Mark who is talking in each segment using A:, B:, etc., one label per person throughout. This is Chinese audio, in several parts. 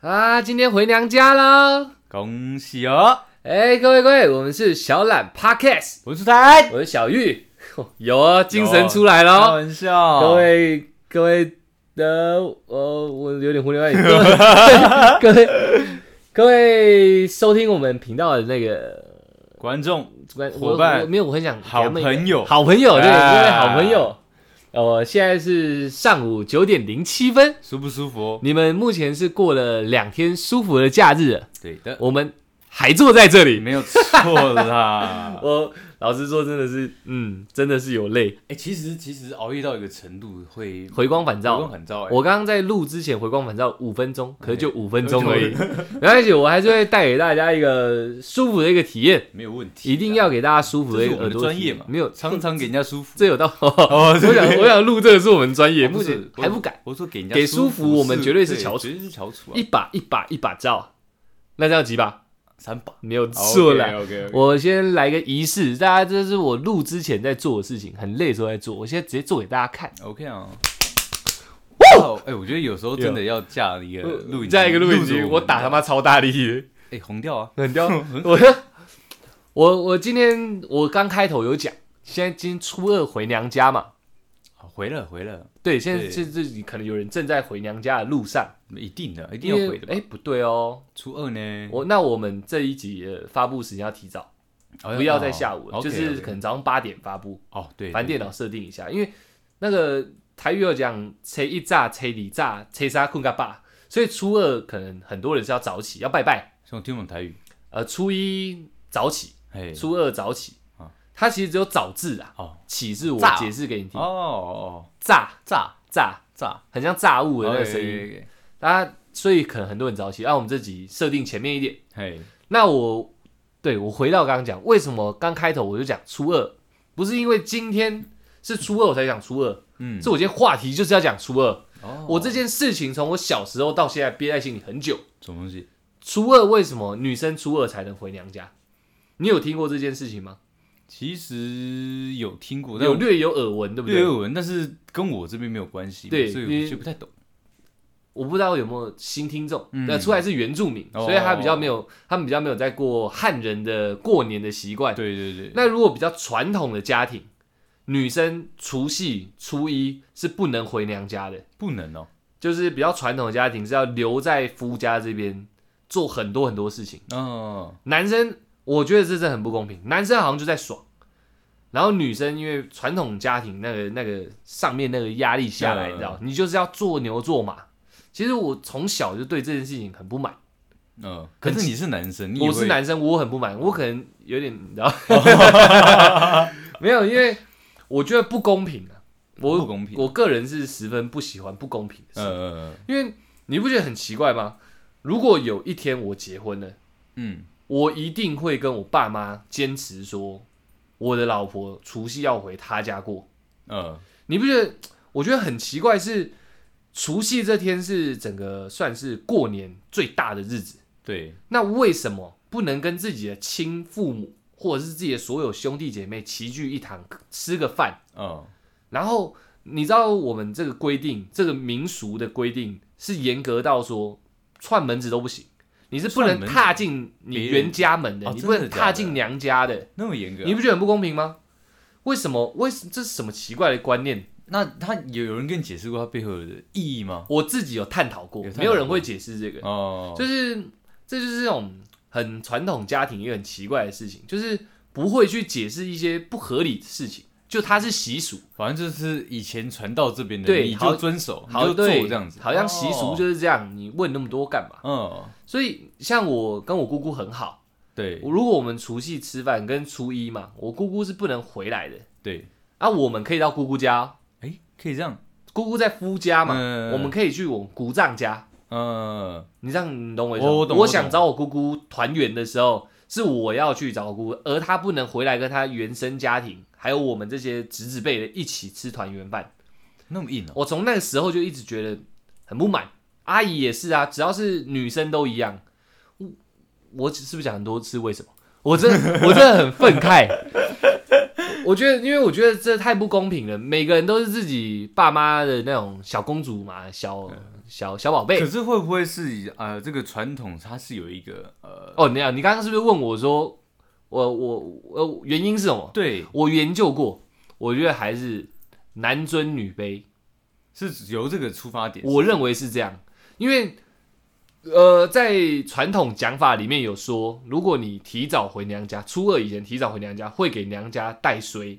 A: 啊，今天回娘家喽！
B: 恭喜哦！
A: 哎，各位各位，我们是小懒 Podcast，
B: 我是出台，
A: 我是小玉， 有哦，精神出来喽！
B: 开玩笑，
A: 哦各位各位，呃，呃，我有点胡 言乱语。各位各位收听我们频道的那个
B: 观众
A: 我
B: 伙伴
A: 我我没有，我很想给
B: 好
A: 他们一个
B: 朋友，
A: 好朋友对，啊各
B: 哎
A: 位好朋友。呃，我现在是上午九点零七分，
B: 舒不舒服？
A: 你们目前是过了两天舒服的假日了，
B: 对的，
A: 我们还坐在这里。
B: 没有错啦。
A: 我老实说，真的是，嗯，真的是有累，
B: 哎，其实其实熬夜到一个程度会
A: 回光返
B: 回光
A: 照。
B: 返照，哎
A: 我刚刚在录之前回光返照五分钟，可是就五分钟而 已，没关系，我还是会带给大家一个舒服的一个体 验，
B: 没有问题，啊
A: 一定要给大家舒服
B: 这
A: 的一
B: 是
A: 个
B: 我们
A: 耳
B: 的
A: 朵
B: 专
A: 体
B: 业
A: 验
B: 嘛，
A: 没有，
B: 常常给人家舒服。
A: 这有道，
B: 哦
A: 我想我想录这个是我们专业，
B: 哦
A: 目
B: 不是
A: 前还不敢，
B: 我说给人家
A: 给舒
B: 舒
A: 服我们
B: 是
A: 绝对是
B: 对
A: 翘楚
B: 绝对是翘楚啊
A: 一，把一把一把照，那这样几把？
B: 三把
A: 没有错啦，
B: OK，
A: 我先来个仪式，大家这是我录之前在做的事情，很累的时候在做，我现在直接做给大家看。
B: OK 啊。哦哎，我觉得有时候真的要架一个录影，
A: 再一个录影机，
B: 着
A: 我
B: 们
A: 打他妈超大力，
B: 哎红掉啊，
A: 很 屌。我 我 我今天我刚开头有讲，现在今天初二回娘家嘛，
B: 回了回了，
A: 对，现在
B: 对
A: 这这可能有人正在回娘家的路上，
B: 一定的，一
A: 一
B: 定要回的吧。
A: 哎，不对哦，
B: 初二呢，
A: 我那我们这一集的发布时间要提早，
B: 哦
A: 不要在下午了，
B: 哦
A: 就是可
B: OK，OK
A: 能早上八点发布，
B: 哦，对，
A: 反正电脑设定一下，因为那个台语有讲“车一炸，车里炸，车杀困个爸”，所以初二可能很多人是要早起，要拜拜，
B: 像我听不懂台语，
A: 呃，初一早起。
B: 哎，
A: 初二早起
B: 啊，
A: 它其实只有早字啊，
B: 哦
A: 起字我
B: 炸
A: 解释给你听
B: 哦，哦
A: 炸
B: 炸
A: 炸，
B: 炸，
A: 很像炸物
B: 我
A: 的那个声音，
B: 音，
A: 大家所以可能很多人早起，按、我们这集设定前面一点。
B: 嘿，
A: 那我对我回到刚刚讲，为什么刚开头我就讲初二，不是因为今天是初二我才讲初二，
B: 嗯
A: 是，我今天话题就是要讲初二。
B: 哦
A: 我这件事情从我小时候到现在憋在心里很久。
B: 什么东西？
A: 初二为什么女生初二才能回娘家？你有听过这件事情吗？
B: 其实有听过，但
A: 有
B: 我
A: 略有耳闻，对不
B: 略
A: 对？
B: 有闻，但是跟我这边没有关系嘛，
A: 对
B: 所
A: 因
B: 以
A: 为
B: 我就不太懂。
A: 我不知道有没有新听众，
B: 嗯
A: 那、出来是原住民，
B: 哦
A: 所以他比较没有，他们比较没有在过汉人的过年的习惯。
B: 对对对，
A: 那如果比较传统的家庭，女生除夕、初一是不能回娘家的，
B: 不能哦，
A: 就是比较传统的家庭是要留在夫家这边做很多很多事情。
B: 哦，
A: 男生我觉得这真的很不公平，男生好像就在爽，然后女生因为传统家庭那个那个上面那个压力下来，
B: 嗯
A: 你知道，你就是要做牛做马。其实我从小就对这件事情很不满，
B: 嗯，可是你是男生，你也
A: 我是
B: 会，
A: 男生，我很不满，我可能有点你知 道，没有，因为我觉得不公平啊，我
B: 不公平
A: 我个人是十分不喜欢不公平的事，
B: 嗯嗯
A: 因为你不觉得很奇怪吗？如果有一天我结婚了。
B: 嗯，
A: 我一定会跟我爸妈坚持说，我的老婆除夕要回她家过。
B: 嗯呃，
A: 你不觉得？我觉得很奇怪是，除夕这天是整个算是过年最大的日子，
B: 对，
A: 那为什么不能跟自己的亲父母或者是自己的所有兄弟姐妹齐聚一堂吃个饭？
B: 嗯，
A: 然后你知道我们这个规定，这个民俗的规定是严格到说串门子都不行，你是不
B: 串
A: 能
B: 门子
A: 踏进你
B: 别人
A: 原家门的，
B: 哦
A: 你
B: 真
A: 不
B: 的
A: 能
B: 假的
A: 踏进娘家的，
B: 那么严格啊，
A: 你不觉得很不公平吗？为什么？为什这是什么奇怪的观念？
B: 那他有有人跟你解释过他背后的意义吗？
A: 我自己有探讨过
B: 有，探讨过
A: 没有人会解释这个，
B: 哦，
A: 就是这就是这种很传统家庭一个很奇怪的事情，就是不会去解释一些不合理的事情，就它是习俗。
B: 反正就是以前传到这边的，
A: 对
B: 你
A: 好
B: 就遵守，哦你
A: 好，
B: 就做
A: 对，
B: 这样子，
A: 好像习俗
B: 哦，
A: 就是这样。你问那么多干嘛？
B: 嗯，
A: 所以像我跟我姑姑很好，
B: 对
A: 如果我们除夕吃饭跟初一嘛，我姑姑是不能回来的
B: 对，
A: 啊，我们可以到姑姑家哦，
B: 哎，可以这样，
A: 姑姑在夫家嘛，
B: 嗯
A: 我们可以去我姑丈家。
B: 嗯，
A: 你这样你懂我意思吗？
B: 哦我我懂我懂
A: 想找我姑姑团圆的时候，是我要去找我姑姑，而她不能回来跟她原生家庭，还有我们这些侄子辈的一起吃团圆饭。
B: 那么硬哦，
A: 我从那个时候就一直觉得很不满。阿姨也是啊，只要是女生都一样。我我是不是讲很多次为什么？我真我真的很愤慨。我觉得，因为我觉得这太不公平了。每个人都是自己爸妈的那种小公主嘛，小小小宝贝
B: 啊可。是会不会是以呃这个传统它是有一个呃
A: 哦，你啊，你刚刚是不是问我说，我我呃原因是什么？
B: 对
A: 我研究过，我觉得还是男尊女卑，
B: 是由这个出发点？
A: 我认为是这样，因为呃，在传统讲法里面有说，如果你提早回娘家，初二以前提早回娘家，会给娘家带衰，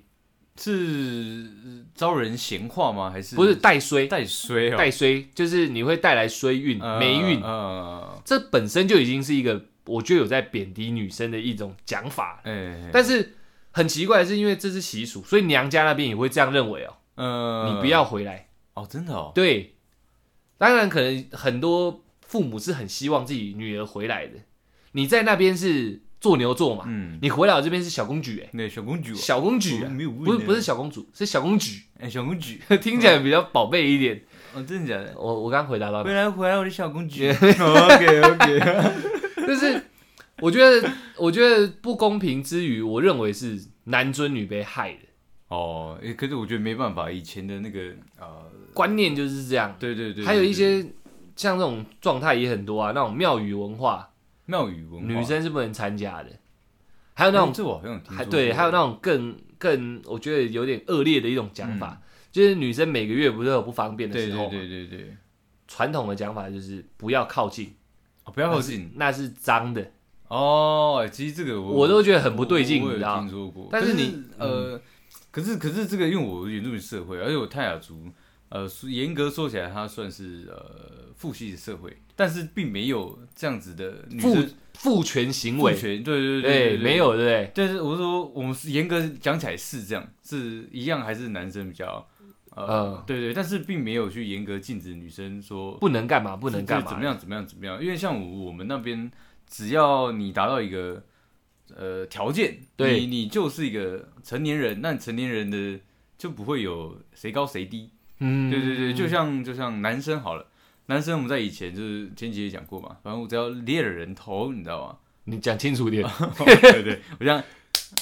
B: 是招人闲话吗？还是
A: 不是带衰，
B: 带衰哦？
A: 带衰就是你会带来衰运、
B: 呃
A: 霉运，
B: 呃，
A: 这本身就已经是一个我觉得有在贬低女生的一种讲法，
B: 哎，
A: 但是很奇怪的是，因为这是习俗，所以娘家那边也会这样认为哦，
B: 呃，
A: 你不要回来。
B: 哦，真的哦，
A: 对，当然可能很多父母是很希望自己女儿回来的。你在那边是做牛做马，
B: 嗯，
A: 你回来我这边是小公举哎、
B: 那小公举哦，
A: 小公举、
B: 哦
A: 啊
B: 没有，问
A: 不是
B: 呢
A: 不是小公主，是小公举，
B: 哎，小公举，
A: 听起来比较宝贝一点。
B: 哦，真的假的？
A: 我我刚回答到
B: 回来回来，我的小 公举。OK 哦 OK，
A: 但是我觉得，我觉得不公平之余，我认为是男尊女卑害的
B: 哦，哎可是我觉得没办法，以前的那个呃，
A: 观念就是这样。
B: 对对对，
A: 啊还有一
B: 对对
A: 些像这种状态也很多啊，那种庙宇文化，
B: 庙宇文化，
A: 女生是不能参加的。还有那种
B: 哎这我好像有听
A: 还
B: 说
A: 对，
B: 过
A: 还有那种更更我觉得有点恶劣的一种讲法，就是女生每个月不是有不方便的
B: 嗯对
A: 时候
B: 对
A: 嘛，
B: 对对对，
A: 传统的讲法就是不要靠近，
B: 哦，不要靠近
A: 那是脏的，
B: 哦。其实这个
A: 我都觉得很不对劲，
B: 我
A: 你
B: 有
A: 知道
B: 听
A: 吗？
B: 说过，
A: 但是
B: 是
A: 你嗯
B: 呃，可是可是这个，因为我原住民社会，而啊且我泰雅族，呃，说严格说起来，它算是呃父系社会，但是并没有这样子的女
A: 父
B: 生
A: 父权行
B: 父
A: 为，
B: 权，对对
A: 对，
B: 对，
A: 没。有对不对？
B: 但是我说，我们是严格讲起来是这样，是一样还是男生比较，呃
A: 嗯，
B: 对对，但是并没有去严格禁止女生说
A: 不能干嘛，不能
B: 是
A: 干
B: 怎么
A: 嘛，
B: 样怎么样怎么样？因为像我我们那边，只要你达到一个呃条件，
A: 对
B: 你你就是一个成年人，那成年人的就不会有谁高谁低。
A: 嗯，
B: 对对对，就像就像男生好了，男生我们在以前就是前几也讲过嘛，反正我只要猎了人头，你知道吗？
A: 你讲清 楚点，
B: 对对，我这样，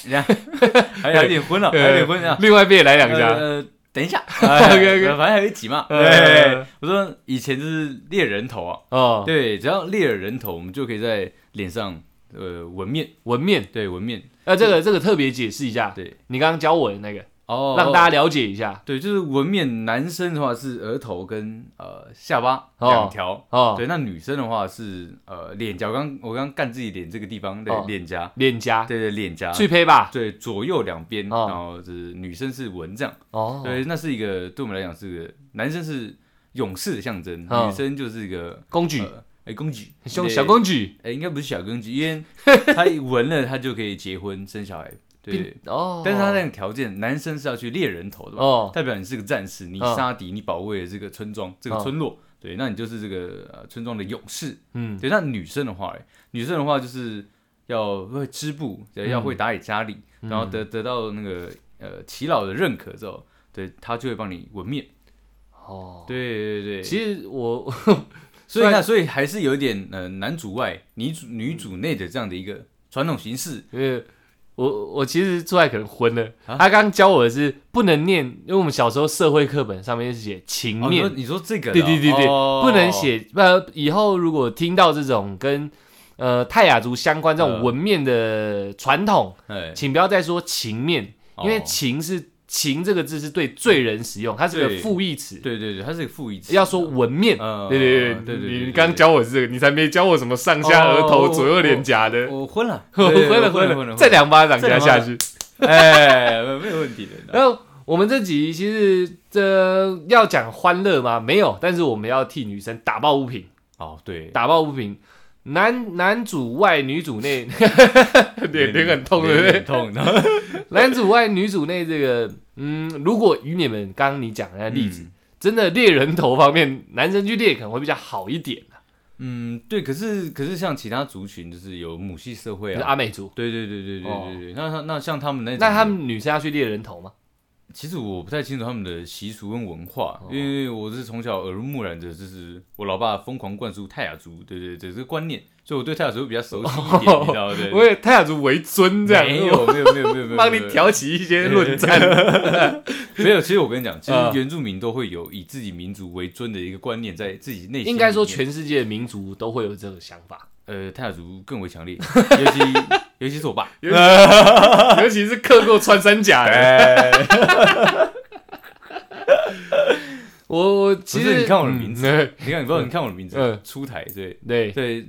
B: 这样 还有点昏了，还有点昏啊。
A: 另外一边也来两下，
B: 呃
A: 哎
B: 呃等一下
A: OK，OK
B: 反正还有一集嘛。
A: 呃
B: 对，我说以前就是猎人头啊，
A: 哦，
B: 对，只要猎了人头，我们就可以在脸上呃纹面，
A: 纹面，
B: 对，纹面，
A: 那这个这个特别解释一下，
B: 对，
A: 你刚刚教我的那个，
B: 哦
A: 让大
B: 家
A: 家了解一下
B: 对，就是纹面，男生的话是额头跟呃下巴
A: 哦
B: 两条，
A: 哦，
B: 对，那女生的话是呃脸颊，我刚我刚干自己脸这个地方
A: 哦
B: 的脸颊，
A: 脸颊，
B: 对对，脸颊，
A: 去胚吧，
B: 对，左右两边，
A: 哦
B: 然后就是女生是纹这样，
A: 哦，
B: 对，那是一个对我们来讲是个男生是勇士的象征，
A: 哦
B: 女生就是一个
A: 工具。
B: 呃哎公举，
A: 小
B: 对
A: 小公举，
B: 哎、应该不是小公举，因为 他闻了他就可以结婚生小孩，对
A: 并。哦，
B: 但是他那个条件，男生是要去猎人头的嘛，
A: 哦
B: 代表你是个战士，你
A: 嗯
B: 杀敌，你保卫了这个村庄、这个
A: 嗯
B: 村落，对，那你就是这个、呃、村庄的勇士。
A: 嗯
B: 对，那女生的话、哎女生的话就是要会织布，对要
A: 嗯
B: 会打理家里，然后得得到那个呃耆老的认可之后，对他就会帮你纹面。
A: 哦，
B: 对对对，
A: 其实我
B: 所以那所以还是有一点呃男主外女主女主内的这样的一个传统形式。
A: 呃我我其实出来可能昏了。
B: 啊
A: 他刚教我的是不能念，因为我们小时候社会课本上面是写情
B: 哦，你说
A: 面，
B: 你说这个的哦，
A: 对对对对，
B: 哦
A: 不能。写。呃，以后如果听到这种跟呃泰雅族相关这种
B: 呃
A: 文面的传统，
B: 哎，
A: 请不要再说情面，因为
B: 哦
A: 情是情这个字是对罪人使用，它是个
B: 对
A: 副义词，
B: 哦对对对，它是个副义词。
A: 要说文面。
B: 呃，
A: 对对对
B: 对对对，
A: 你刚
B: 讲
A: 教我这个，你才没教我什么上下额头、
B: 哦
A: 左右脸颊的。
B: 我昏了，
A: 我
B: 对对
A: 昏了
B: 我昏
A: 昏
B: 昏
A: 了，
B: 了，
A: 再两巴掌
B: 再
A: 给他
B: 两
A: 下
B: 巴掌
A: 去。
B: 哎，没有问题的。
A: 然后我们这集其实这要讲欢乐吗？没有，但是我们要替女生打抱不平，
B: 哦，对，
A: 打抱不平。男男主外女主内，脸脸很痛，对不对
B: 脸很？痛的。
A: 男主外女主内这个，嗯，如果以你们刚刚你讲的那例子，真的猎人头方面，男生去猎可能会比较好一点啊
B: 嗯，对，可是可是像其他族群，就是有母系社会
A: 就是
B: 啊，
A: 阿美族。哦
B: 对对对对对对对，那他那像他们那种
A: 那他们女生要去猎人头吗？
B: 其实我不太清楚他们的习俗跟文化，
A: 哦
B: 因为我是从小耳濡目染的，就是我老爸疯狂灌输泰雅族，对对对，这个观念，所以我对泰雅族比较熟悉一点，你知道对？
A: 哦我也泰雅族为尊这样，
B: 没有没有没有没有没有，
A: 帮你挑起一些论战。
B: 没有，其实我跟你讲，其实
A: 嗯
B: 原住民都会有以自己民族为尊的一个观念在自己内心里面。
A: 应该说，全世界的民族都会有这个想法，
B: 呃，泰雅族更为强烈，尤其 尤其是我爸。
A: 尤其是刻过穿山甲的。哎我我其
B: 不
A: 实
B: 是你看我的名字
A: 嗯
B: 你看，你不知道，你看我的名字，
A: 嗯
B: 出台对
A: 对
B: 对，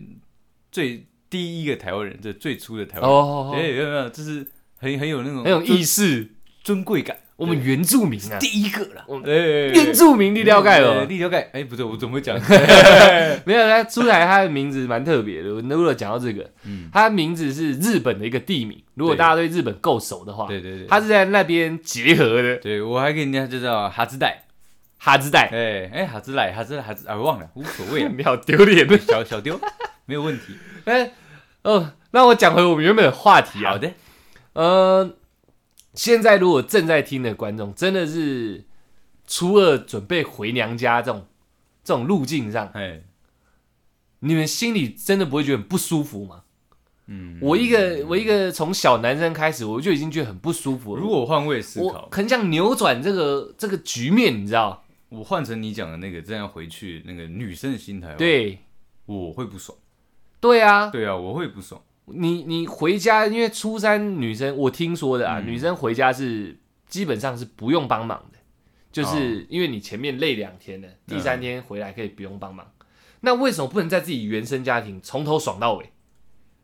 B: 最第一个台湾人，这最初的台湾人，
A: 哦，
B: 对，有没有？就是很很有那种
A: 很有
B: 尊
A: 意识。
B: 尊贵感，
A: 我们原住民啊，
B: 第一个了，
A: 我们
B: 对
A: 原住民立料盖
B: 呃
A: 了。
B: 立交盖，哎，不对，我怎么会讲？
A: 没有，他出来他的名字蛮特别的。我如果讲到这个，
B: 嗯，
A: 他的名字是日本的一个地名。如果
B: 对
A: 大家对日本够熟的话，
B: 对对对，
A: 他是在那边结合的
B: 对我还跟人家就叫哈兹代，
A: 哈兹代，
B: 哎哎，哈兹赖，哈兹赖哈兹，啊，忘了，无所 谓了，
A: 你好丢脸。
B: 小小丢，没有问题。
A: 哎，哦，那我讲回我们原本的话题
B: 好
A: 啊，
B: 的，
A: 呃，现在如果正在听的观众，真的是初二准备回娘家这种这种路径上，
B: 哎，
A: 你们心里真的不会觉得很不舒服吗？
B: 嗯，
A: 我一个我一个从小男生开始，我就已经觉得很不舒服了。
B: 如果换位思
A: 我
B: 考，
A: 很想扭转这个这个局面，你知道？
B: 我换成你讲的那个，这样回去那个女生的心态，，
A: 对
B: 我会不爽。
A: 对啊，
B: 对啊，我会不爽。
A: 你你回家，因为初三女生，我听说
B: 嗯
A: 的啊，女生回家是基本上是不用帮忙的，
B: 哦
A: 就是因为你前面累两天了，第
B: 嗯
A: 三天回来可以不用帮忙。那为什么不能在自己原生家庭从头爽到尾，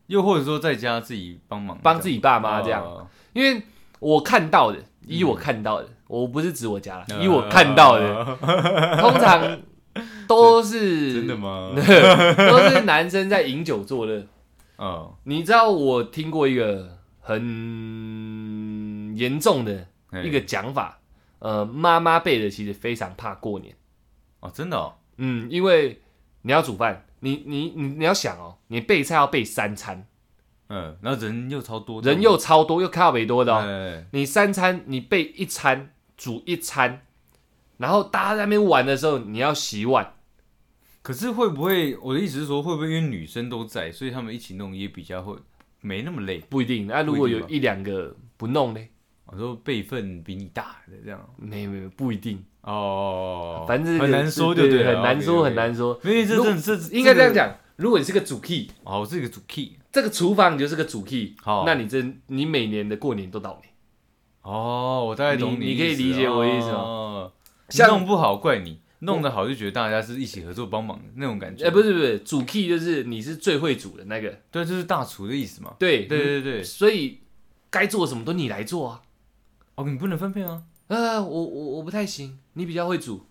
B: 又或者说在家自己帮忙，哦
A: 帮自己爸
B: 爸
A: 妈这样？因为我看到的，以
B: 嗯
A: 我看到的，我不是指我家了，以我看到的，通常都是
B: 嗯真的？吗？
A: 都是男生在饮酒作乐。
B: 嗯，
A: 你知道我听过一个很严重的
B: 嘿
A: 一个讲法，呃，妈妈辈的其实非常怕过年，
B: 哦，真的哦，
A: 嗯，因为你要煮饭，你你你你要想哦，你备菜要备三餐，
B: 嗯，然后人又超多，
A: 人又超多又靠北多的哦，
B: 哎，
A: 你三餐你备一餐煮一餐，然后大家在那边玩的时候你要洗碗，
B: 可是会不会？我的意思是说，会不会因为女生都在，所以他们一起弄也比较会没那么累？
A: 不一定，那、如
B: 不
A: 果
B: 一定
A: 有
B: 吧
A: 一两个不弄呢？
B: 我说辈分比你大的这样
A: 没没没不一定，
B: 哦，
A: 反正
B: 很难说，
A: 对
B: 对了
A: 很难说，很。
B: OK，OK
A: 难说。
B: 因为这
A: 如
B: 这这
A: 应该这样，讲，如果你是个主 key，
B: 个哦，这个主 key
A: 这个厨房你就是个主 key，
B: 好
A: 那你真你每年的过年都倒霉。
B: 哦，我大概懂
A: 你
B: 的
A: 你可以
B: 意思
A: 理解我的意思吗
B: 哦
A: 像
B: 弄不好怪你，弄得好就觉得大家是一起合作帮忙的那种感觉。
A: 哎，不是不是，主 key 就是你是最会煮的那个，
B: 对，这是大厨的意思嘛？
A: 对嗯
B: 对，对对，
A: 所以该做什么都你来做啊。
B: 哦，你不能分配啊，
A: 呃，我我我不太行，你比较会煮。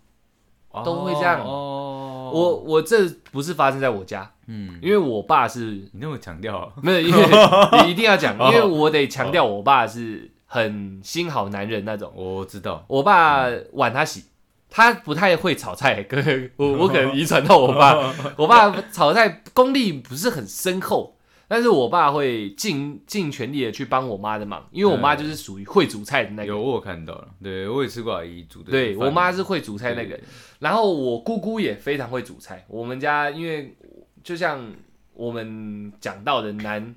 B: 哦
A: 都会这样
B: 哦，
A: 我我这不是发生在我家，
B: 嗯，
A: 因为我爸是
B: 你那么强调啊，
A: 没有，因 为你一定要讲，
B: 哦
A: 因为我得强调我爸是很心好男人那种。
B: 我知道，
A: 我爸碗他洗，他不太会炒菜，跟我我可能遗传到我爸。我爸炒菜功力不是很深厚，但是我爸会尽尽全力的去帮我妈的忙，因为我妈就是属于会煮菜的那
B: 有
A: 个。
B: 我有看到了，对我也吃过阿姨煮的饭，
A: 对我妈是会煮菜那
B: 对
A: 个，，然后我姑姑也非常会煮菜。我们家因为就像我们讲到的南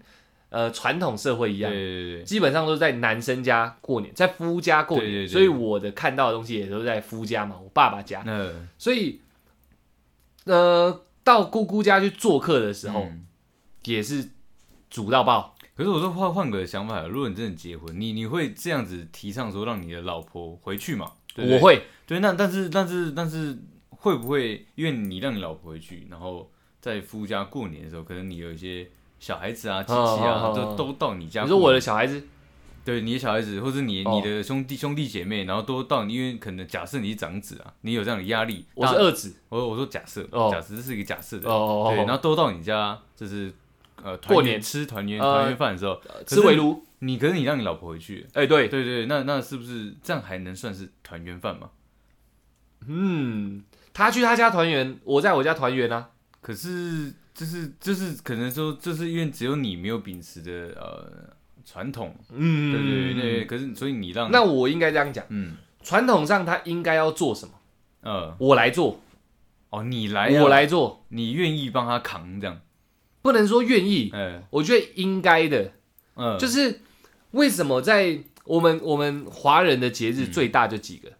A: 呃传统社会一
B: 对
A: 样，
B: 对对对，
A: 基本上都是在男生家过年，在夫家过年，
B: 对对对
A: 所以我的看到的东西也都在夫家嘛，我爸爸家，
B: 那
A: 所以呃，到姑姑家去做客的时候、
B: 嗯
A: 也是煮到爆，
B: 可是我说换换个想法，如果你真的结婚，你你会这样子提倡说让你的老婆回去嘛？对不对
A: 我会
B: 对，那但是但是但是会不会因为你让你老婆回去，然后在夫家过年的时候，可能你有一些小孩子啊、亲戚
A: 哦哦
B: 啊，
A: 哦
B: 都都到你家过年。
A: 你说我的小孩子
B: 对你的小孩子，或者你
A: 哦
B: 你的兄弟兄弟姐妹，然后都到你，因为可能假设你是长子啊，你有这样的压力。
A: 我是
B: 大
A: 二子
B: 我我说假设，
A: 哦
B: 假设这是一个假设的，
A: 哦
B: 对，然后都到你家就是呃团
A: 过
B: 圆
A: 年
B: 吃团圆
A: 呃
B: 团圆饭的时候，可
A: 吃
B: 是
A: 围炉，
B: 你可是你让你老婆回去，
A: 哎、对，
B: 对对，那那是不是这样还能算是团圆饭吗？
A: 嗯，他去他家团圆，我在我家团圆啊，
B: 可是，就是就是，可能说，就是因为只有你没有秉持着呃传统，
A: 嗯
B: 对对对
A: 对
B: 对。可是所以你让
A: 那我应该这样讲，
B: 嗯
A: 传统上他应该要做什么，
B: 呃
A: 我来做，
B: 哦，你来啊
A: 我，来做，
B: 你愿意帮他扛这样，
A: 不能说愿意，
B: 嗯
A: 我觉得应该的，
B: 嗯，
A: 就是为什么在我们我们华人的节日最大就几个，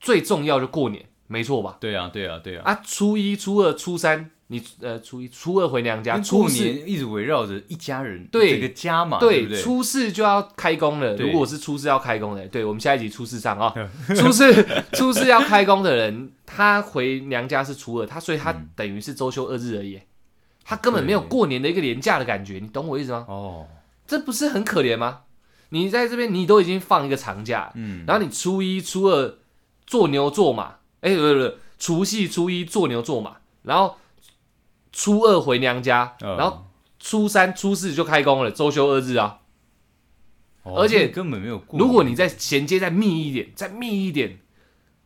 A: 最重要就过年，没错吧？
B: 对啊对啊对啊，
A: 啊，初一、初二、初三，你呃初一、初二回娘
B: 因
A: 家，
B: 为
A: 初
B: 过
A: 四
B: 年一直围绕着一家人，
A: 对
B: 整个家嘛，对
A: 对
B: 不对？
A: 初四就要开工了。
B: 对
A: 如果我是初四要开工的，对我们下一集初四上 啊、初四初四要开工的人，他回娘家是初二，他所以他
B: 嗯
A: 等于是周休二日而已，他根本没有
B: 对
A: 过年的一个年假的感觉，你懂我意思吗？
B: 哦，
A: 这不是很可怜吗？你在这边你都已经放一个长假，
B: 嗯，
A: 然后你初一、初二做牛做马，哎，不是不是，除夕、初一做牛做马，然后初二回娘家，
B: 呃
A: 然后初三、初四就开工了，周休二日啊。
B: 哦
A: 而且
B: 这根本没有过，
A: 如果你再衔接再密一点，再密一点，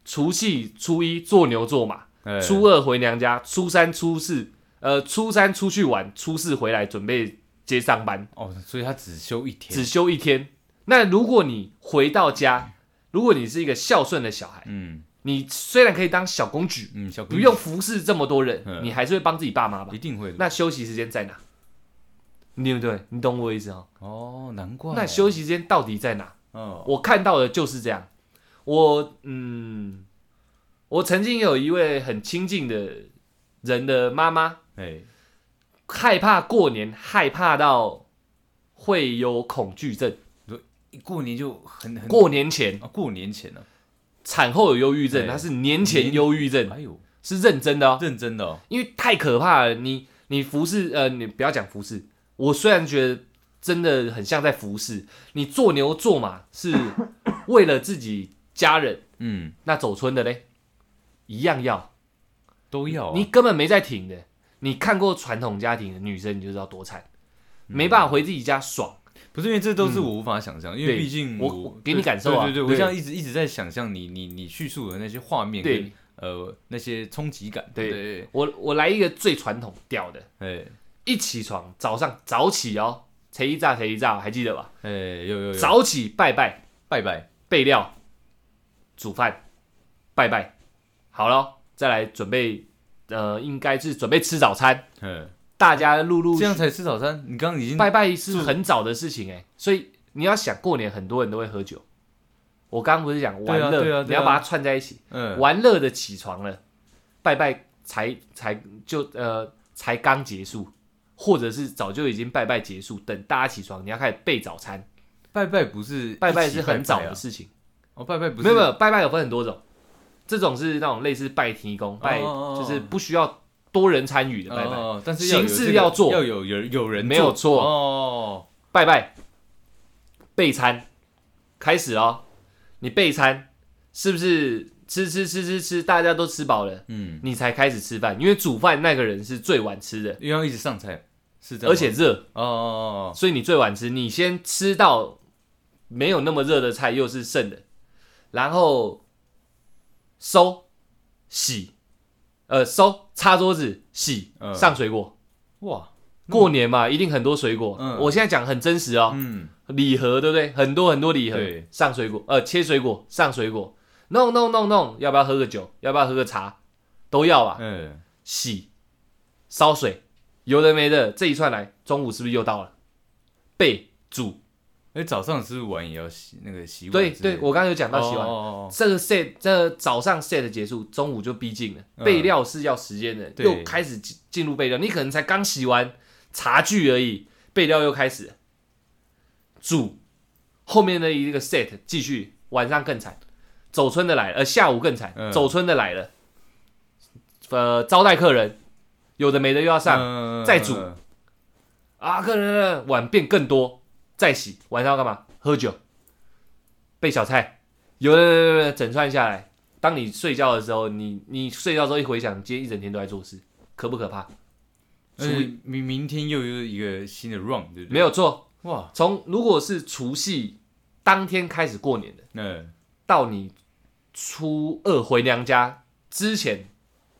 A: 除夕、初一做牛做马，
B: 哎
A: 初二回娘家，初三、初四，呃，初三出去玩，初四回来准备接上班，
B: 哦，所以他只休一天，
A: 只休一天。那如果你回到家，如果你是一个孝顺的小孩，
B: 嗯
A: 你虽然可以当小公举，
B: 嗯，小姑
A: 不
B: 娘
A: 用服侍这么多人，
B: 嗯
A: 你还是会帮自己爸妈吧
B: 一？定会的
A: 那休息时间在哪？对不对？你懂我意思哦？
B: 哦，难怪
A: 那休息时间到底在哪？
B: 哦，
A: 我看到的就是这样。我嗯，我曾经有一位很亲近的人的妈妈，
B: 哎
A: 害怕过年，害怕到会有恐惧症。
B: 过年就很很
A: 过年前
B: 啊，过年前呢，
A: 产后有忧郁症，
B: 对
A: 她是年前忧郁症，
B: 哎呦，
A: 是认真的哦，
B: 认真的哦，
A: 因为太可怕了。你你服侍呃，你不要讲服侍，我虽然觉得真的很像在服侍，你做牛做马是为了自己家人，
B: 嗯，
A: 那走村的嘞，一样要。
B: 都要啊
A: 你根本没在挺的。你看过传统家庭的女生，你就知道多惨，没办法回自己家爽。
B: 不是因为这都是我无法想象，因为
A: 嗯对
B: 毕竟
A: 我我给你感受啊
B: 对对对，我
A: 对
B: 现在一直一直在想象你你你叙述的那些画面，
A: 对，
B: 呃，那些冲击感，
A: 对
B: 对，
A: 我我来一个最传统屌的，
B: 哎
A: 一起床早上早起哦，谁一炸谁一炸，还记得吧？
B: 哎，有有有，
A: 早起拜拜
B: 拜拜，
A: 备料，煮饭拜拜，好了，再来准备，呃，应该是准备吃早餐。
B: 嗯，
A: 大家陆陆续
B: 这样才吃早餐，你刚刚已经
A: 拜拜是很早的事情哎、所以你要想过年很多人都会喝酒。我刚刚不是讲玩乐，
B: 对啊对啊对啊
A: 你要把它串在一起。
B: 嗯
A: 玩乐的起床了，拜拜才才就呃才刚结束，或者是早就已经拜拜结束，等大家起床，你要开始备早餐。
B: 拜拜不是
A: 拜拜
B: 一起
A: 是很早
B: 拜
A: 的
B: 啊
A: 事情，
B: 哦，拜拜不是
A: 没有没有，拜拜有分很多种，这种是那种类似拜提公，拜
B: 哦哦哦
A: 就是不需要多人参与的拜拜，
B: 哦，但是
A: 形
B: 有
A: 式
B: 这个
A: 要做
B: 要有有有人
A: 没有
B: 做
A: 错
B: 哦，
A: 拜拜，备餐开始哦。你备餐是不是吃吃吃吃吃，大家都吃饱了，
B: 嗯，
A: 你才开始吃饭？因为煮饭那个人是最晚吃的，
B: 因为要一直上菜，是这样吗，
A: 而且热，
B: 哦哦哦，
A: 所以你最晚吃。你先吃到没有那么热的菜，又是剩的，然后收洗，呃，收擦桌子、洗、
B: 嗯
A: 上水果。
B: 哦哇，
A: 过年嘛，一定很多水果。
B: 嗯
A: 我现在讲很真实哦，
B: 嗯，
A: 礼盒，对不对？很多很多礼盒
B: 对，
A: 上水果，呃，切水果，上水果。No no no no，要不要喝个酒？要不要喝个茶？都要吧。
B: 哎，
A: 洗、烧水，有的没的，这一串来，中午是不是又到了？备煮，
B: 哎，早上是不是碗也要洗那个洗碗之
A: 对
B: 类的？
A: 对，我刚刚有讲到洗碗。
B: 哦哦哦
A: 这个 set 这早上 set 结束，中午就逼近了，
B: 嗯
A: 备料是要时间的，
B: 对
A: 又开始进进入备料。你可能才刚洗完茶具而已，备料又开始了煮，后面的一个 set 继续，晚上更惨，走村的来了，呃，下午更惨，
B: 嗯
A: 走村的来了，呃，招待客人，有的没的又要
B: 哦
A: 上、
B: 嗯
A: 再煮
B: 嗯
A: 啊，客人的碗变更多，再洗，晚上要干嘛？喝酒，备小菜，有有有有有整串下来。当你睡觉的时候，你你睡觉之后一回想，你今天一整天都在做事，可不可怕？
B: 而且明明天又有一个新的 round，对不对？
A: 没有错，
B: 哇，
A: 从如果是除夕当天开始过年的，
B: 那
A: 到你初二回娘家之前，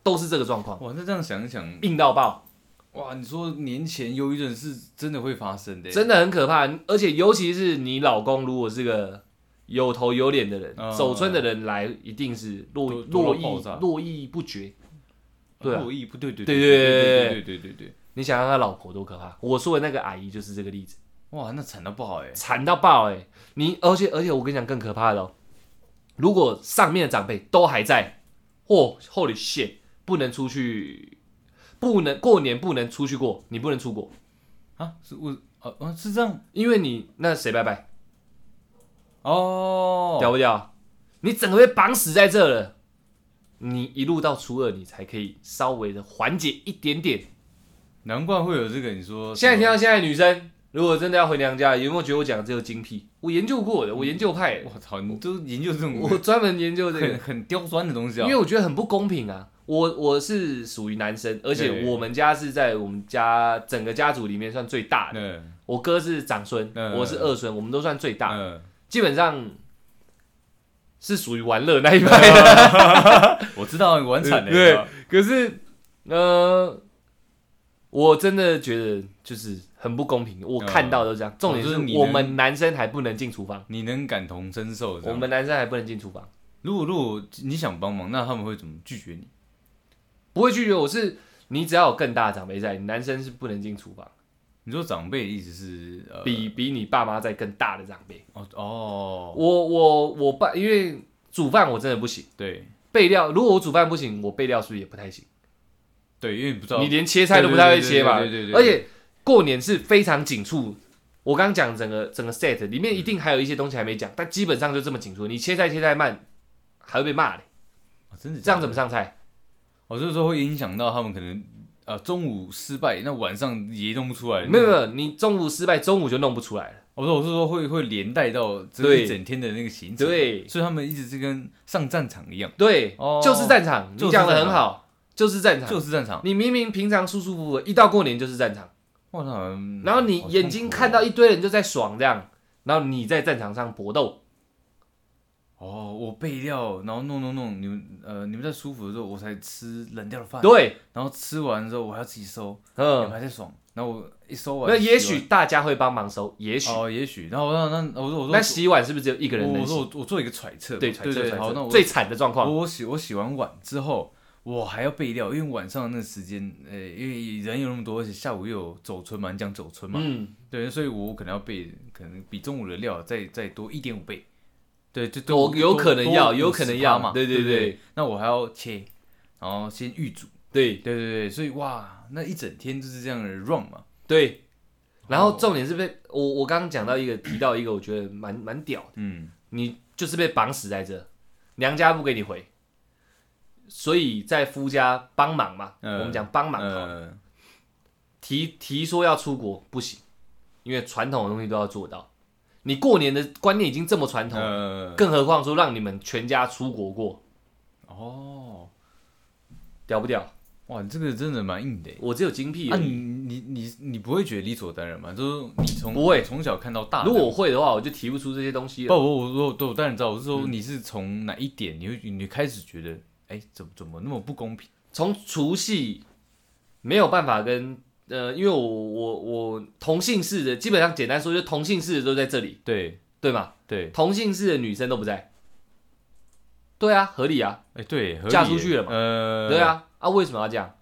A: 都是这个状况，
B: 哇，那这样想一想，
A: 硬到爆。
B: 哇，你说年前忧郁症是真的会发生的，
A: 真的很可怕。而且尤其是你老公如果是个有头有脸的人，
B: 嗯
A: 走春的人来，一定是络
B: 多
A: 络
B: 多到爆
A: 绎
B: 炸
A: 络绎不绝。对啊
B: 过意不对对
A: 对
B: 对对对对对，
A: 你想想他老婆多可怕！我说的那个阿姨就是这个例子，
B: 哇，那惨到不好哎，
A: 惨到爆哎、你而且而且我跟你讲更可怕的哦，如果上面的长辈都还在，嚯、h o l y shit，不能出去，不能过年不能出去过，你不能出国，
B: 啊，是我啊啊是这样
A: 因为你那谁拜拜，
B: 哦，
A: 屌不屌？你整个被绑死在这了，你一路到初二，你才可以稍微的缓解一点点。
B: 难怪会有这个你说
A: 现在听
B: 什
A: 到现在的女生，如果真的要回娘家，有没有觉得我讲的这个精辟？我研究过的，我研究派的
B: 么，我操，你都研究这种
A: 我专门研 究这个
B: 很，很刁钻的东西啊
A: 因为，我觉得很不公平啊。我我是属于男生，而且
B: 对
A: 我们家是在我们家整个家族里面算最大的。
B: 嗯
A: 我哥是长孙，
B: 嗯
A: 我是二孙，我们都算最大，
B: 嗯，
A: 基本上是属于玩乐那一派 的。
B: 我知道玩惨的，
A: 对，可是呃，我真的觉得就是很不公平，我看到都这样。重点
B: 哦就是是你
A: 我
B: 能
A: 们男生还不能进厨房，
B: 你能感同身受这
A: 我
B: 样。
A: 们男生还不能进厨房。
B: 如果如果你想帮忙，那他们会怎么拒绝你？
A: 不会拒绝我是，你只要有更大的长辈在，男生是不能进厨房。
B: 你说长辈的意思是呃，
A: 比比你爸妈在更大的长辈。
B: 哦哦，
A: 我我我爸，因为煮饭我真的不行，
B: 对
A: 备料如果我煮饭不行，我备料是不是也不太行？
B: 对，因为你不知道
A: 你连切菜都不太会切吧？
B: 对对对对对
A: 而
B: 对
A: 且过年是非常紧促，我刚讲整个整个 set 里面一定还有一些东西还没讲，但基本上就这么紧促。你切菜切太慢，还会被骂的，
B: 哦真的
A: 这
B: 假
A: 样怎
B: 的
A: 么？上菜？
B: 我就是说会影响到他们可能呃中午失败，那晚上也弄不出来。
A: 没有没，有，你中午失败，中午就弄不出来了。
B: 我说我是说会会连带到这
A: 对
B: 一整天的那个行程。，
A: 对
B: 所以他们一直是跟上战场一样，
A: 对，
B: 哦
A: 就是战场，
B: 就
A: 你
B: 是
A: 讲的很
B: 战场
A: 好，就是战场。
B: 就是战场。
A: 你明明平常舒舒服服的，一到过年就是战场。
B: 哇，那好像
A: 然后你眼睛看到一堆人就在爽这样，然后你在战场上搏斗，
B: 哦，我备料，然后弄弄弄，你们呃你们在舒服的时候，我才吃冷掉的饭，
A: 对，
B: 然后吃完之后我还要自己收，你们
A: 嗯，
B: 还在爽，然后我一收完，
A: 那也
B: 洗
A: 许大家会帮忙收，也许
B: 完哦也许，然后那那我说我说
A: 那洗碗是不是只有一个人
B: 我
A: 能
B: 我说
A: 洗？
B: 我我做一个揣测吧，
A: 对，
B: 对
A: 揣测
B: 对
A: 揣
B: 好，那
A: 测，
B: 我
A: 最惨的状况，
B: 我我洗我洗完碗之后，我还要备料，因为晚上那时间，呃，因为人有那么多，而且下午又有走春嘛，你讲走春嘛，
A: 嗯，
B: 对，所以我可能要备，可能比中午的料再再多一点五倍，对，就多
A: 我有可能要，
B: 多
A: 有可能要
B: 50%嘛，
A: 对
B: 对
A: 对
B: 不
A: 对
B: 那我还要切，然后先预煮，
A: 对
B: 对对对，所以哇，那一整天就是这样的 run 嘛，
A: 对。然后
B: 哦
A: 重点是被我我刚刚讲到一个提到一个，我觉得蛮蛮屌的，
B: 嗯，
A: 你就是被绑死在这，娘家不给你回，所以在夫家帮忙嘛，
B: 嗯
A: 我们讲帮忙好了
B: 呃，
A: 提提说要出国不行，因为传统的东西都要做到。你过年的观念已经这么传统，
B: 呃，
A: 更何况说让你们全家出国过，
B: 哦，
A: 屌不屌？
B: 哇，你这个真的蛮硬的耶。
A: 我只有精辟
B: 啊，
A: 而
B: 你
A: 已。
B: 你你你不会觉得理所当然吗？就是你从
A: 不会
B: 从小看到大的。
A: 如果我会的话，我就啊提不出这些东西
B: 不，
A: 了。
B: 我我我对我当然知道，我是说
A: 嗯
B: 你是从哪一点，你会你开始觉得，哎，怎么怎么那么不公平？
A: 从除夕没有办法跟呃，因为我我我同性式的，基本上简单说，就同性式的都在这里，
B: 对
A: 对吗？
B: 对，
A: 同性式的女生都不在。对啊，合理啊。
B: 哎对，合理
A: 嫁出去了嘛
B: 呃，
A: 对，啊，啊，为什么要这样？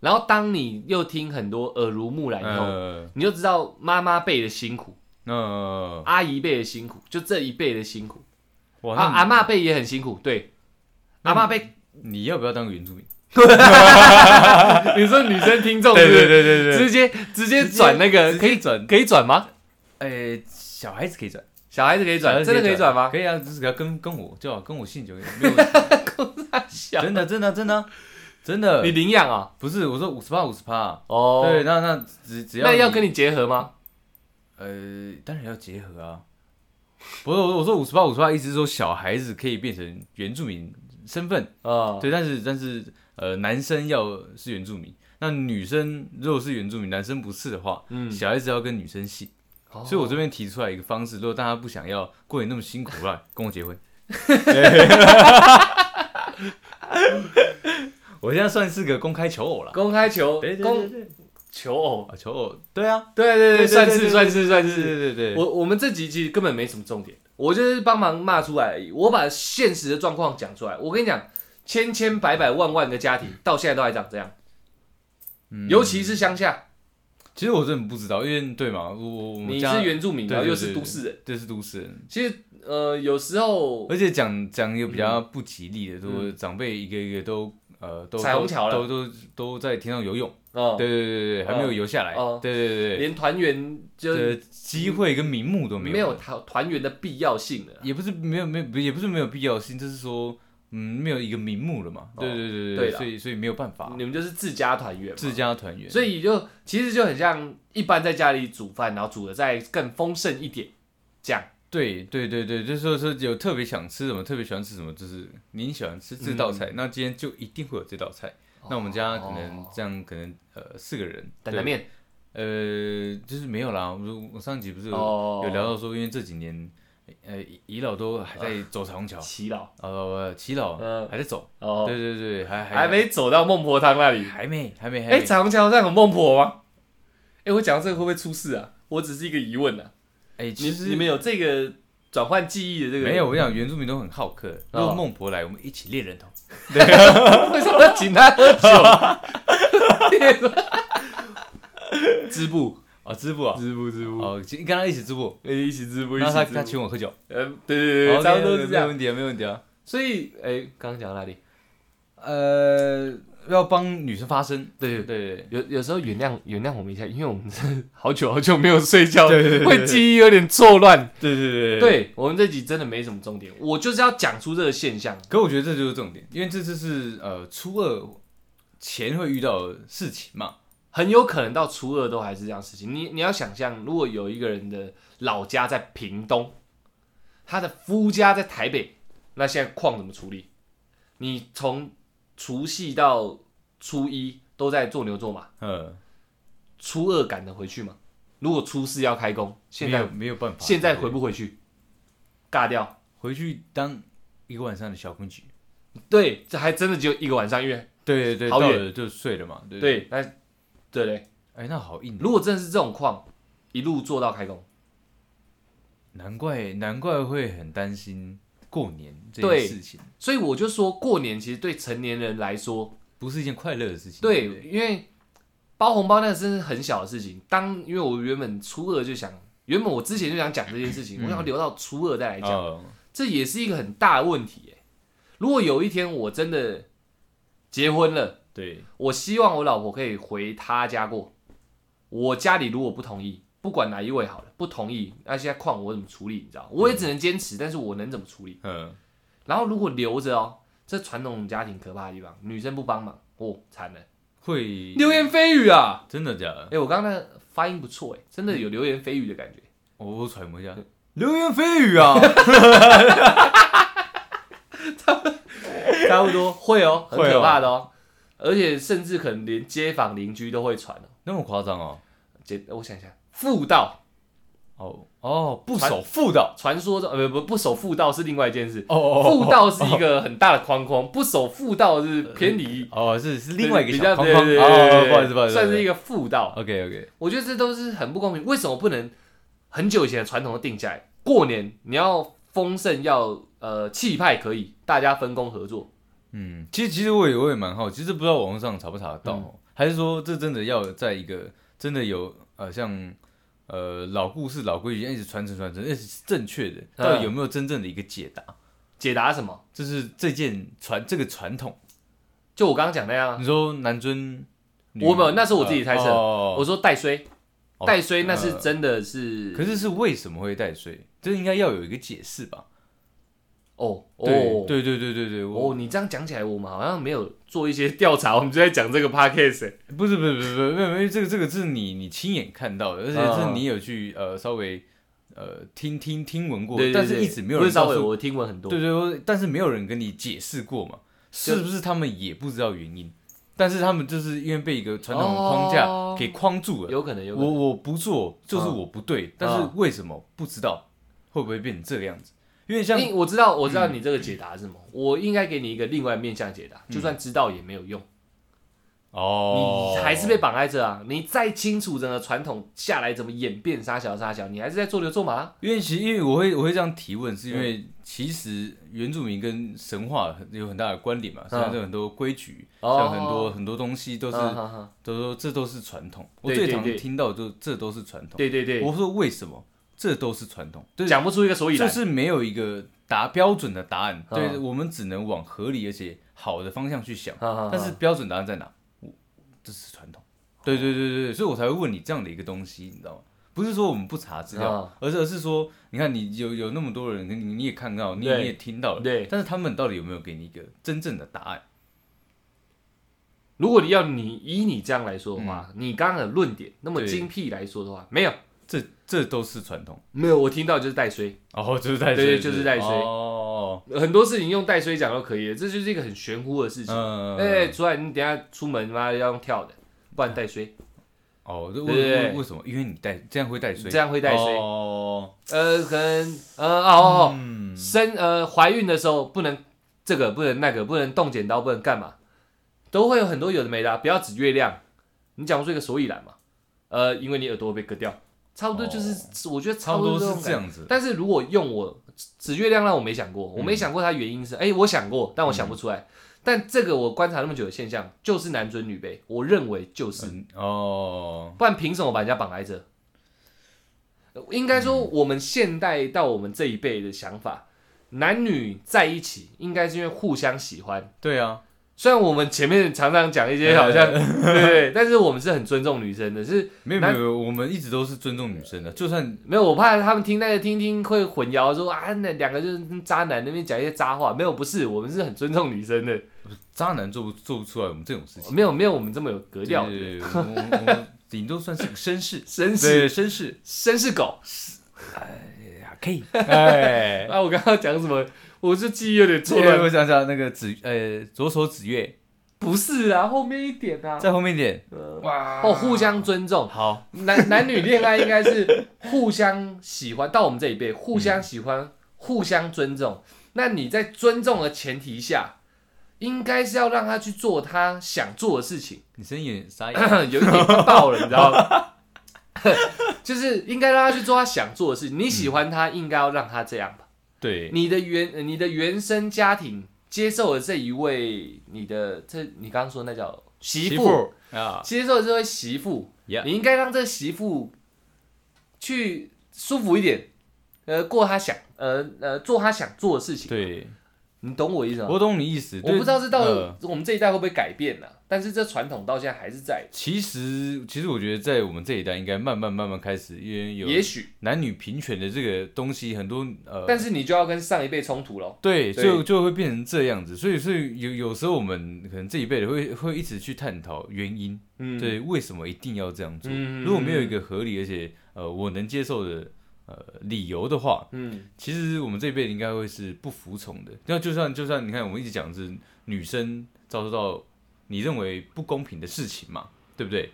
A: 然后当你又听很多耳濡目染以后，
B: 呃，
A: 你就知道妈妈辈的辛苦，
B: 那
A: 阿姨辈的辛苦，就这一辈的辛苦，
B: 呃哇，
A: 啊，
B: 那
A: 阿嬷辈也很辛苦，对，阿嬷辈，
B: 你要不要当个原住民？
A: 你说女生听 众是不是
B: 对对，
A: 直接直接转那个
B: 直接
A: 可以转可以转吗？
B: 哎，小孩子可以转，
A: 小孩子可以
B: 小
A: 转，
B: 孩子
A: 真的可以转吗？
B: 可以啊，只是要跟跟我就好，跟我姓就可以，没有问题
A: 小
B: 真的真的真的真的
A: 你，领养啊？
B: 不是我说五十趴五十趴，
A: 哦，
B: 对，那那只只要
A: 那要
B: 你
A: 跟你结合吗？
B: 呃，当然要结合啊。不是我我说五十八五十八，意思是说小孩子可以变成原住民身份，
A: 啊，
B: 对，但是但是呃，男生要是原住民，那女生如果是原住民，男生不是的话，
A: 嗯
B: 小孩子要跟女生姓。
A: 哦
B: 所以我这边提出来一个方式，如果大家不想要过年那么辛苦 啦，跟我结婚。我现在算是个公开求偶了。
A: 公开求
B: 对对对
A: 公
B: 对，
A: 哦求偶，
B: 啊，求偶，对啊，
A: 对对对，
B: 对对
A: 算
B: 对
A: 是
B: 对
A: 算是算
B: 对
A: 是。
B: 对对对，
A: 我我们这集其实根本没什么重点，我就是帮忙骂出来而已。我把现实的状况讲出来。我跟你讲，千千百百万万个家庭到现在都还长这样，
B: 嗯
A: 尤其是乡下，
B: 其实我真的不知道，因为对嘛，我我我们
A: 你
B: 家
A: 是原住民，
B: 对
A: 然后
B: 对
A: 又
B: 对
A: 是
B: 对
A: 都市人，
B: 这是都市人，
A: 其实呃有时候
B: 而且讲讲一个比较不吉利的，都长辈一个一个都呃都
A: 彩虹桥了
B: 都都都在天上游泳，
A: 哦
B: 对，对对对，还没有游下来
A: 哦，
B: 对对对对，
A: 连团圆就是
B: 的机会跟名目都没有，
A: 没有团团圆的必要性了。
B: 也不是没有没有不也不是没有必要性，就是说嗯没有一个名目了嘛，
A: 哦
B: 对对对
A: 对啦
B: 所以所以没有办法
A: 你们就是自家团圆嘛，
B: 啊自家团圆，
A: 所以就其实就很像一般在家里煮饭，然后煮的再更丰盛一点，这样。
B: 对对对对，就是说说有特别想吃什么，特别喜欢吃什么，就是您喜欢吃这道菜，那今天就一定会有这道菜。那我们家可能
A: 哦
B: 这样，可能呃四个人，
A: 担担
B: 对
A: 面
B: 呃就是没有啦。我说我上集不是有,、
A: 哦
B: 有聊到说，因为这几年呃遗老都还在走彩虹桥，
A: 祈祷
B: 呃祈老
A: 嗯
B: 还在走，
A: 哦，
B: 对对对，还还
A: 还没走到孟婆汤那里。
B: 还没还没还没，
A: 哎，彩虹桥上有孟婆吗？哎，我讲到这个会不会出事啊？我只是一个疑问啊。
B: 哎
A: 你
B: 其实
A: 你们有这个转换记忆的这个？
B: 没有，，我想原住民都很好客，如果
A: 哦
B: 孟婆来，我们一起猎人头，
A: 为什么要请他喝 酒？织布，
B: 哦支付啊，
A: 织布，织布，
B: 哦跟他一起支付，
A: 哎一起织布，一
B: 然后他
A: 起
B: 他
A: 织布。
B: 请我喝酒。
A: 呃，对对对，差不多是这
B: 没
A: 样。
B: 问题啊，没问题啊。
A: 所以，哎，刚刚讲到哪里？
B: 呃，要帮女生发声，
A: 对
B: 对对，
A: 有有时候原谅原谅我们一下，因为我们真的好久好久没有睡觉，
B: 对对对对
A: 会记忆有点错乱。
B: 对对对。
A: 对我们这集真的没什么重点，我就是要讲出这个现象。
B: 可我觉得这就是重点，因为这就是呃初二前会遇到的事情嘛。
A: 很有可能到初二都还是这样的事情。你你要想象，如果有一个人的老家在屏东，他的夫家在台北，那现在矿怎么处理？你从除夕到初一都在做牛做马，
B: 嗯，
A: 初二赶得回去吗？如果初四要开工，现
B: 没
A: 在
B: 有没有办法，
A: 现在
B: 对
A: 回不回去？尬掉。
B: 回去当一个晚上的小公举。
A: 对，这还真的只有一个晚上，因为
B: 对对对，
A: 好
B: 到
A: 远
B: 了就睡了嘛。对，
A: 对，那对嘞，
B: 哎，那好硬，
A: 如果真的是这种矿，一路做到开工，
B: 难怪难怪会很担心过年这
A: 对
B: 件事情，
A: 所以我就说过年其实对成年人来说，
B: 不是一件快乐的事情。
A: 对
B: 不，
A: 因为包红包那个真是很小的事情。当因为我原本初二就想，原本我之前就想讲这件事 情，我想留到初二再来讲，
B: 嗯哦
A: 这也是一个很大的问题、欸。如果有一天我真的结婚了，
B: 对，
A: 我希望我老婆可以回她家过。我家里如果不同意，不管哪一位好了，不同意，那现在矿我怎么处理？你知道，我也只能坚持，但是我能怎么处理？
B: 嗯，
A: 然后如果留着哦，这传统家庭可怕的地方，女生不帮忙，哦，惨了，
B: 会
A: 流言蜚语啊！
B: 真的假的？
A: 哎、我刚刚那个发音不错哎、真的有流言蜚语的感 觉。
B: 我我揣摩一下，流言蜚语啊，
A: 差不多会哦，很
B: 会哦
A: 可怕的哦，而且甚至可能连街坊邻居都会传哦。
B: 那么夸张哦？
A: 姐，我想一下，妇道
B: 哦哦，不守妇道
A: 传说中，呃，不不不守妇道是另外一件事，
B: 哦哦
A: 妇道是一个很大的框框，不守妇道是偏离
B: 哦哦，是是另外一个
A: 比
B: 小
A: 较
B: 框
A: 对
B: 框
A: 对对
B: 哦，
A: 对
B: 不好意思不好意思，
A: 算是一
B: 个
A: 个妇道。
B: OK OK，
A: 我觉得这都是很不公平，为什么不能很久以前的传统都定下来？过年你要丰盛，要呃气派可以，大家分工合作。
B: 嗯，其实其实我也我也蛮好奇，是不知道网络上查不查得到
A: 嗯
B: 哦，还是说这真的要在一个真的有呃像。呃，老故事、老规矩一直传承、传承，那是正确的。
A: 嗯
B: 到底有没有真正的一个解答？
A: 解答什么？
B: 就是这件传这个传统，
A: 就我刚刚讲那样啊，
B: 你说男尊女，
A: 我没有那是我自己猜测
B: 呃哦
A: 我说带衰，
B: 哦
A: 带衰那
B: 呃
A: 是真的是，
B: 可是是为什么会带水？这应该要有一个解释吧？
A: 哦
B: 对
A: 哦
B: 对对对对对，我
A: 哦，你这样讲起来，我们好像没有做一些调查，我们就在讲这个 podcast 欸。
B: 不是不是不是不是没有没有这个这个是你你亲眼看到的，而且是你有去呃稍微呃听听听闻过
A: 对，对
B: 但是
A: 对
B: 一直没有
A: 不是
B: 人
A: 稍
B: 告
A: 微
B: 诉，
A: 我听闻很多
B: 对，对对，但是没有人跟你解释过嘛？
A: 就是
B: 不是他们也不知道原因？但是他们就是因为被一个传统的框架
A: 哦
B: 给框住了。
A: 有可能有可能
B: 我我不做就是我不对，但是
A: 嗯
B: 为什么不知道会不会变成这个样子？因为像嗯
A: 因为我知道，我知道你这个解答是什么，我应该给你一个另外面向解答，就算知道也没有用，
B: 哦，
A: 你还是被绑在这啊！你再清楚整个传统下来怎么演变，杀小杀小，你还是在做牛做马。
B: 因为其实因为我会我会这样提问，是
A: 嗯
B: 因为其实原住民跟神话有很大的关联嘛，像这很多规矩，
A: 嗯哦
B: 像很多很多东西都是
A: 嗯哼哼
B: 都说这都是传统。我
A: 对
B: 最
A: 对
B: 常
A: 对
B: 听到就这都是传统。
A: 对对对，
B: 我说为什么这都是传统？对，
A: 讲不出一个所以
B: 就
A: 然。
B: 是没有一个答标准的答案。
A: 嗯
B: 对，我们只能往合理而且好的方向去想。
A: 哈哈哈
B: 但是标准答案在哪？我这是传统。对对对对对，所以我才会问你这样的一个东西，你知道吗？不是说我们不查资料
A: 啊，
B: 而是而是说，你看你有有那么多人，你你也看到，你
A: 对
B: 你也听到了，
A: 对
B: 但是他们到底有没有给你一个真正的答案？
A: 如果你要你以你这样来说的话，你刚刚的论点那么
B: 嗯对
A: 精辟来说的话，没有
B: 这这都是传统，
A: 没有，我听到就是带衰，
B: 哦，就是在
A: 对
B: 追
A: 对就是在追
B: 哦，
A: 很多事情用带衰讲都可以了，这就是一个很玄乎的事情。
B: 嗯，
A: 哎、出来你等一下出门妈要用跳的，不然带衰，
B: 哦，这
A: 对对
B: 为
A: 对
B: 为什么？因为你带这样会带水，
A: 这样会带衰。
B: 哦，
A: 呃，可能呃哦哦，
B: 嗯，
A: 生呃怀孕的时候不能这个不能那个不能动剪刀不能干嘛，都会有很多有的没的啊、不要指月亮，你讲不出一个所以然嘛。呃，因为你耳朵被割掉，差不多就是、我觉得
B: 哦差
A: 差
B: 不
A: 不
B: 多
A: 种
B: 是这
A: 感觉。
B: 样子，
A: 但是如果用我指月亮，让我没想过，我没想过它原因是，
B: 嗯
A: 哎、我想过，但我想不出来。但这个我观察那么久的现象，就是男尊女卑，我认为就是，
B: 嗯，哦，
A: 不然凭什么把人家绑来这？呃应该说，我们现代到我们这一辈的想法，男女在一起应该是因为互相喜欢。
B: 对啊，
A: 虽然我们前面常常讲一 些好像对对，但是我们是很尊重女生的，是
B: 没有没
A: 那
B: 有没有，我们一直都是尊重女生的，就算
A: 没有，我怕他们听那个听听会混淆说啊，那两个就是渣男那边讲一些渣话。没有，不是，我们是很尊重女生的，
B: 渣男做不做不出来我们这种事情，
A: 没有没有我们这么有格调的，
B: 对对对，我们我们我们顶多算是个绅士
A: 绅士
B: 对绅士，
A: 绅士狗。啊
B: 可以。 哎，
A: 啊，我刚刚讲什么？我这记忆有点错
B: 因为
A: 乱。
B: 我想想那个指呃左手指月
A: 不是啊，后面一点啊。
B: 在后面一点，哇
A: 哦，互相尊重，
B: 好，
A: 男男女恋爱应该是互相喜欢，到我们这一辈互相喜欢，互相尊重。那你在尊重的前提下，应该是要让他去做他想做的事情。
B: 你声音有点沙哑，
A: 有一点快爆了，你知道吗？ 就是应该让他去做他想做的事情。你喜欢他，应该要让他这样吧。
B: 对，
A: 你的原呃你的原生家庭接受了这一位你的这你刚刚说那叫媳妇，
B: 啊，
A: 接受了这位媳妇
B: Yeah
A: 你应该让这媳妇去舒服一点，呃，过他想呃呃做他想做的事情。
B: 对，
A: 你懂我意思吗？
B: 我懂你意思，
A: 啊我不知道
B: 是
A: 是到
B: 呃
A: 我们这一代会不会改变呢、啊但是这传统到现在还是在，
B: 其实，其实我觉得在我们这一代应该慢慢慢慢开始，因为有
A: 也许
B: 男女平权的这个东西，很多呃，
A: 但是你就要跟上一辈冲突喽。
B: 对，
A: 对
B: 就就会变成这样子，所以所以有有时候我们可能这一辈的会会一直去探讨原因，
A: 嗯，
B: 对，为什么一定要这样做？
A: 嗯
B: 如果没有一个合理而且呃我能接受的呃理由的话，
A: 嗯，
B: 其实我们这一辈应该会是不服从的。那就算就算你看我们一直讲是女生遭受到你认为不公平的事情嘛，对不对？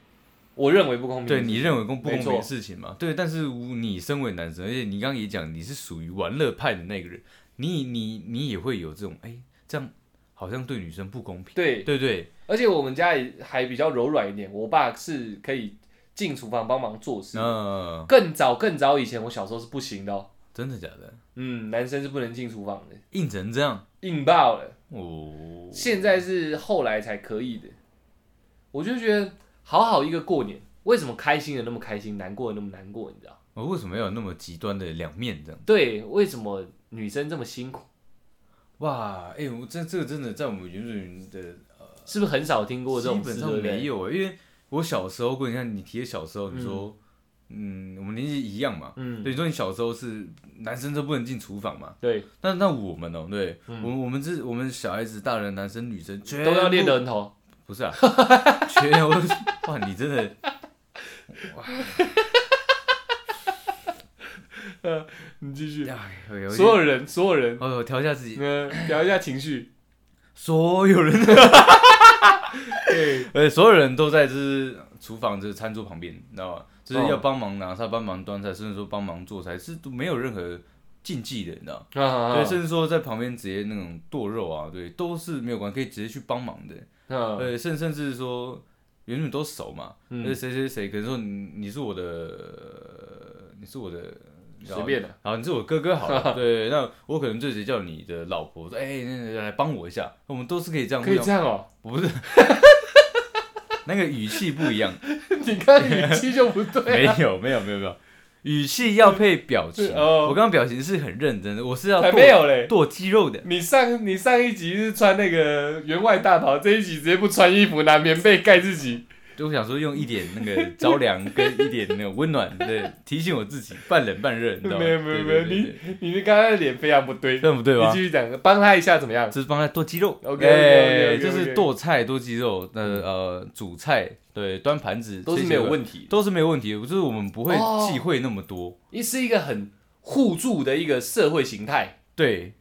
A: 我认为不公平。
B: 对你认为公不公
A: 没错
B: 平的事情嘛？对，但是你身为男生，而且你刚刚也讲你是属于玩乐派的那个人，你你你也会有这种哎、这样好像对女生不公平，
A: 对，
B: 对对
A: 而且我们家里还比较柔软一点，我爸是可以进厨房帮忙做事。
B: 那、呃
A: 更早更早以前，我小时候是不行的、哦。
B: 真的假的？
A: 嗯，男生是不能进厨房的，
B: 硬成这样
A: 硬爆了。
B: 哦，
A: 现在是后来才可以的。我就觉得好好一个过年，为什么开心的那么开心，难过的那么难过？你知道？
B: 我哦为什么要有那么极端的两面这样？
A: 对，为什么女生这么辛苦？
B: 哇，哎、我这这个真的在我们原住民的
A: 是不是很少听过这
B: 基
A: 种
B: 本
A: 事？
B: 上
A: 对不对
B: 没有啊，因为我小时候，跟你看你提的小时候，你说，嗯，我们年纪一样嘛，
A: 嗯
B: 对，你说你小时候是男生都不能进厨房嘛，
A: 对，
B: 那那我们哦、对，我们我们是我们小孩子、大人、男生、女生全
A: 嗯都要练哦
B: 的，
A: 人头。
B: 不是啊，全我哇，你真的
A: 你继续。
B: 哎呦，有
A: 所有人，所有人，
B: 哦，我调一下自己，
A: 嗯，聊一下情绪。
B: 所有 人，
A: 对，
B: 呃，所有人都在就是厨房就是餐桌旁边，你知道吗？就是
A: 哦
B: 要帮忙拿菜、帮忙端菜，甚至说帮忙做菜，是都没有任何禁忌的，你知道？
A: 啊啊啊
B: 对，甚至说在旁边直接那种剁肉啊，对，都是没有关，可以直接去帮忙的。
A: 嗯
B: 对，甚甚至说原本都熟嘛，那、谁谁谁，可能说你你是我的，呃你是我的，
A: 随便的，
B: 好，你是我哥哥好了，对，那我可能就直接叫你的老婆说，哎、那个来帮我一下，我们都是可以这样
A: 可以
B: 用
A: 这样哦，
B: 不是那个语气不一样，
A: 嗯 你看语气就不对
B: 没
A: 啊，
B: 有没有没有没有，语气要配表情，
A: 哦
B: 我刚刚表情是很认真的，我是要
A: 还
B: 剁
A: 没有嘞。
B: 剁肌肉的。
A: 你上你上一集是穿那个员外大袍，这一集直接不穿衣服，拿棉被盖自己。
B: 就想说用一点那个着凉跟一点那种温暖对，提醒我自己半冷半热，你知道吗？
A: 没有没有
B: 对对
A: 没有
B: 对对
A: 你的刚刚的脸非常不对，
B: 这样不对
A: 你
B: 吧
A: 继？续讲，帮他一下怎么样？
B: 这是帮他剁鸡肉
A: OK，OK，OK，OK，OK
B: 哎就是剁菜、剁鸡肉，那呃煮菜，对，端盘子
A: 都是没有，问题
B: 这些，都是没有问题的，就是我们不会
A: 哦
B: 忌讳那么多，
A: 一是一个很互助的一个社会形态。
B: 对，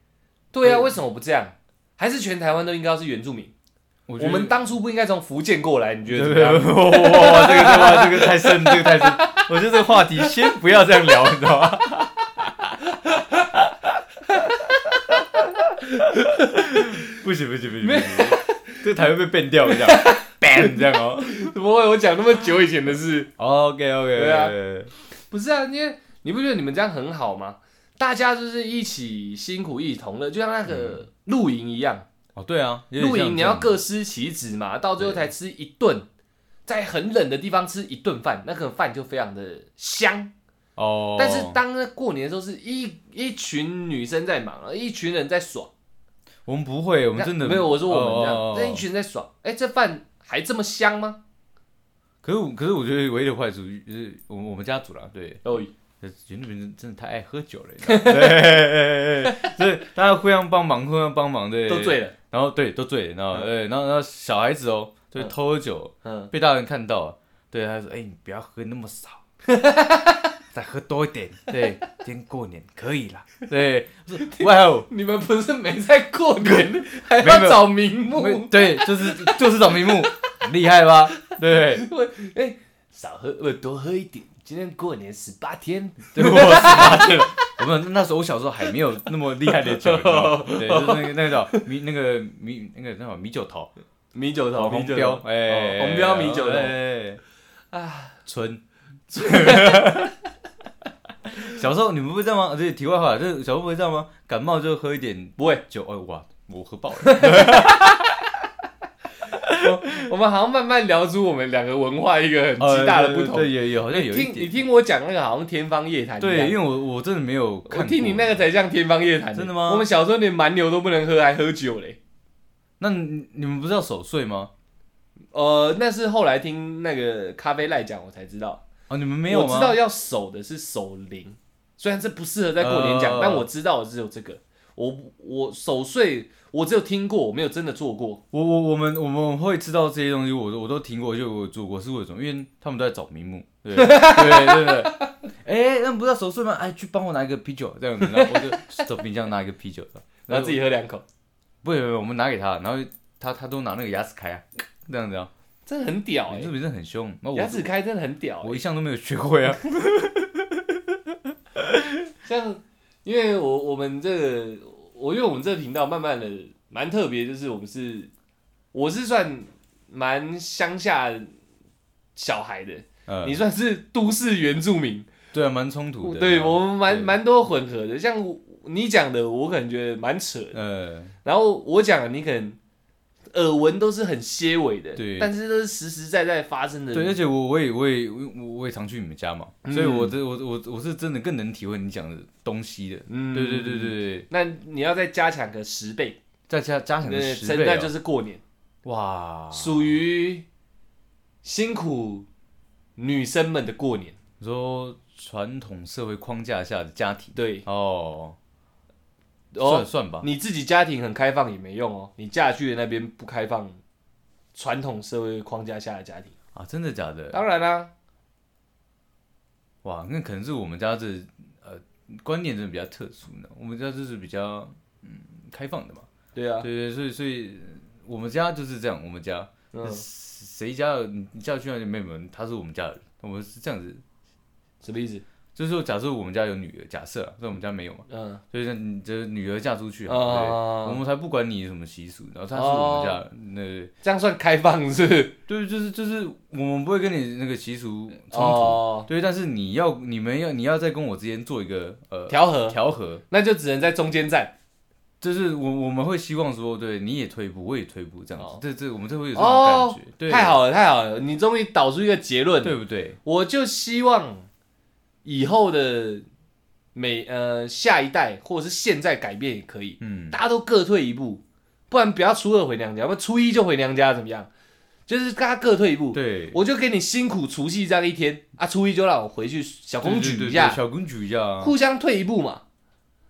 A: 对啊，为什么不这样？还是全台湾都应该要是原住民？
B: 我觉
A: 我
B: 得
A: 们当初不应该从福建过来？你觉得
B: 对
A: 怎
B: 不
A: 么
B: 对？哇，
A: 样？
B: 这个哇，这个太深，这个太深。 我觉得这个话题先不要这样聊，你知道吗？ 不行不行不行，不行这台会被变掉，这样 ban 这样 哦。
A: 怎么会？我讲那么久以前的事，
B: OK OK，
A: 对啊不是啊？因为你不觉得你们这样很好吗？大家就是一起辛苦一起同乐，就像那个
B: 嗯
A: 露营一样。
B: 哦对啊，有点
A: 露
B: 像
A: 营你
B: 这样
A: 要各司其职嘛，到最后才吃一顿，在很冷的地方吃一顿饭，那个饭就非常的香。
B: 哦，
A: 但是当那过年的时候，是一一群女生在忙，一群人在爽。
B: 我们不会，我们真的
A: 没有，我说我们这样，
B: 哦
A: 那一群人在爽。哎、这饭还这么香吗？
B: 可是我可是我觉得唯一的坏处就是我们我们家族啦，对，
A: 哦，
B: 原住民真的太爱喝酒了，你知道吗对，所以大家互相帮忙，互相帮忙，对，
A: 都醉了。
B: 然后对都醉，然后
A: 嗯
B: 对，然后然后小孩子哦，对
A: 嗯
B: 偷喝酒
A: 嗯，
B: 被大人看到，对他说：“哎，你不要喝那么少，再喝多一点。”对，今天过年可以啦。对，我说哇哦，
A: 你们不是没在过 年，还
B: 没有
A: 要找名
B: 没
A: 目？
B: 对，就是就是找名目，很厉害吧？对，
A: 哎、少喝不多喝一点。今天过年十八天，
B: 对我十八岁了。我们那时候我小时候还没有那么厉害的酒，你知 道吗对，就是那个那个叫米那个米那个那叫米酒头，
A: 米酒头，
B: 红
A: 哦米酒
B: 标
A: 头，
B: 哎，
A: 哦红标米酒头
B: 哎，
A: 啊，
B: 春。 小时候你们不会这样吗？这题外话，这小时候不会这样吗？感冒就喝一点
A: 不会，
B: 酒，哎哇，我喝爆 了。
A: 我们好像慢慢聊出我们两个文化一个很极大的不同。
B: 对，也也好像
A: 你
B: 有一
A: 听你
B: 点。
A: 听我讲那个好像天方夜谭一样。
B: 哎对，因为我我真的没有看
A: 我
B: 过。
A: 听你那个才像天方夜谭。
B: 真的吗
A: 我们小时候连蛮牛都不能喝，还喝酒嘞。
B: 那你你们不是要守岁吗？
A: 呃，那是后来听那个咖啡赖讲，我才知道。
B: 哦，你们没有
A: 我
B: 吗？
A: 知道要守的是守灵，虽然这不适合在过年讲，
B: 呃
A: 但我知道的只有这个。我我守岁，我只有听过，我没有真的做过。
B: 我我我们我们会知道这些东西，我都我都听过，就我做过是为什么？因为他们都在找名目，对 对对对。哎、那不是要守岁吗？哎，去帮我拿一个啤酒，这样子，然后我就走冰箱拿一个啤酒，
A: 然后自己喝两口，
B: 不不不，我们拿给他，然后他他都拿那个牙齿开啊，这样子啊，
A: 真的很屌哎、
B: 你是不是很凶？那我
A: 牙齿开真的很屌、欸
B: 我一向都没有学 会啊，
A: 像因为我我们这个，我因为我们这个频道慢慢的蛮特别，就是我们是我是算蛮乡下小孩的，
B: 呃
A: 你，算是都市原住民，
B: 对啊，蛮冲突 的，
A: 对我们蛮
B: 对
A: 蛮多混合的。像我你讲的，我可能觉得蛮扯的，
B: 呃，
A: 然后我讲的你可能耳闻都是很些尾的，
B: 对
A: 但是都是实实在在发生的，
B: 对，而且我我也我也我我也常去你们家嘛，所以
A: 嗯
B: 我这我我我是真的更能体会你讲的东西的，
A: 嗯
B: 对对对对。对。
A: 那你要再加强个十倍，
B: 再加加强的
A: 对，
B: 十
A: 真
B: 倍、
A: 那
B: 哦，
A: 就是过年。
B: 哇！
A: 属于辛苦女生们的过年。
B: 你说传统社会框架下的家庭，
A: 对
B: 哦，算
A: 哦，
B: 算吧，
A: 你自己家庭很开放也没用哦，你嫁去的那边不开放，传统社会框架下的家庭，
B: 啊，真的假的？
A: 当然啦、
B: 哇，那可能是我们家这呃观念真的比较特殊呢，我们家就是比较嗯开放的嘛，
A: 对啊，
B: 对对，所以所以呃我们家就是这样，我们家
A: 嗯，
B: 谁家的你你嫁去那里没有没有，他是我们家的人，我们是这样子，
A: 什么意思？
B: 就是说，假设我们家有女儿，假设啊，但我们家没有嘛，
A: 嗯，
B: 所以你这女儿嫁出去啊，
A: 哦
B: 对，我们才不管你什么习俗，然后她是我们家人，那
A: 这样算开放是不 是？
B: 对，就是就是我们不会跟你那个习俗冲突，
A: 哦，
B: 对，但是你要你们要你要在跟我之间做一个呃
A: 调和，
B: 调和，
A: 那就只能在中间站。
B: 就是我我们会希望说，对，你也退步，我也退步，这样子
A: 哦，
B: 这这我们这会有这种
A: 哦
B: 感觉，对，
A: 太，好了，太好了，你终于导出一个结论。
B: 对不对？
A: 我就希望以后的每呃下一代或者是现在改变也可以，
B: 嗯，
A: 大家都各退一步，不然不要初二回娘家，不然初一就回娘家怎么样？就是大家各退一步，
B: 对，
A: 我就给你辛苦除夕这样一天啊，初一就让我回去小
B: 对
A: 公
B: 对
A: 举
B: 对
A: 一下
B: 对，小公举一下啊，
A: 互相退一步嘛。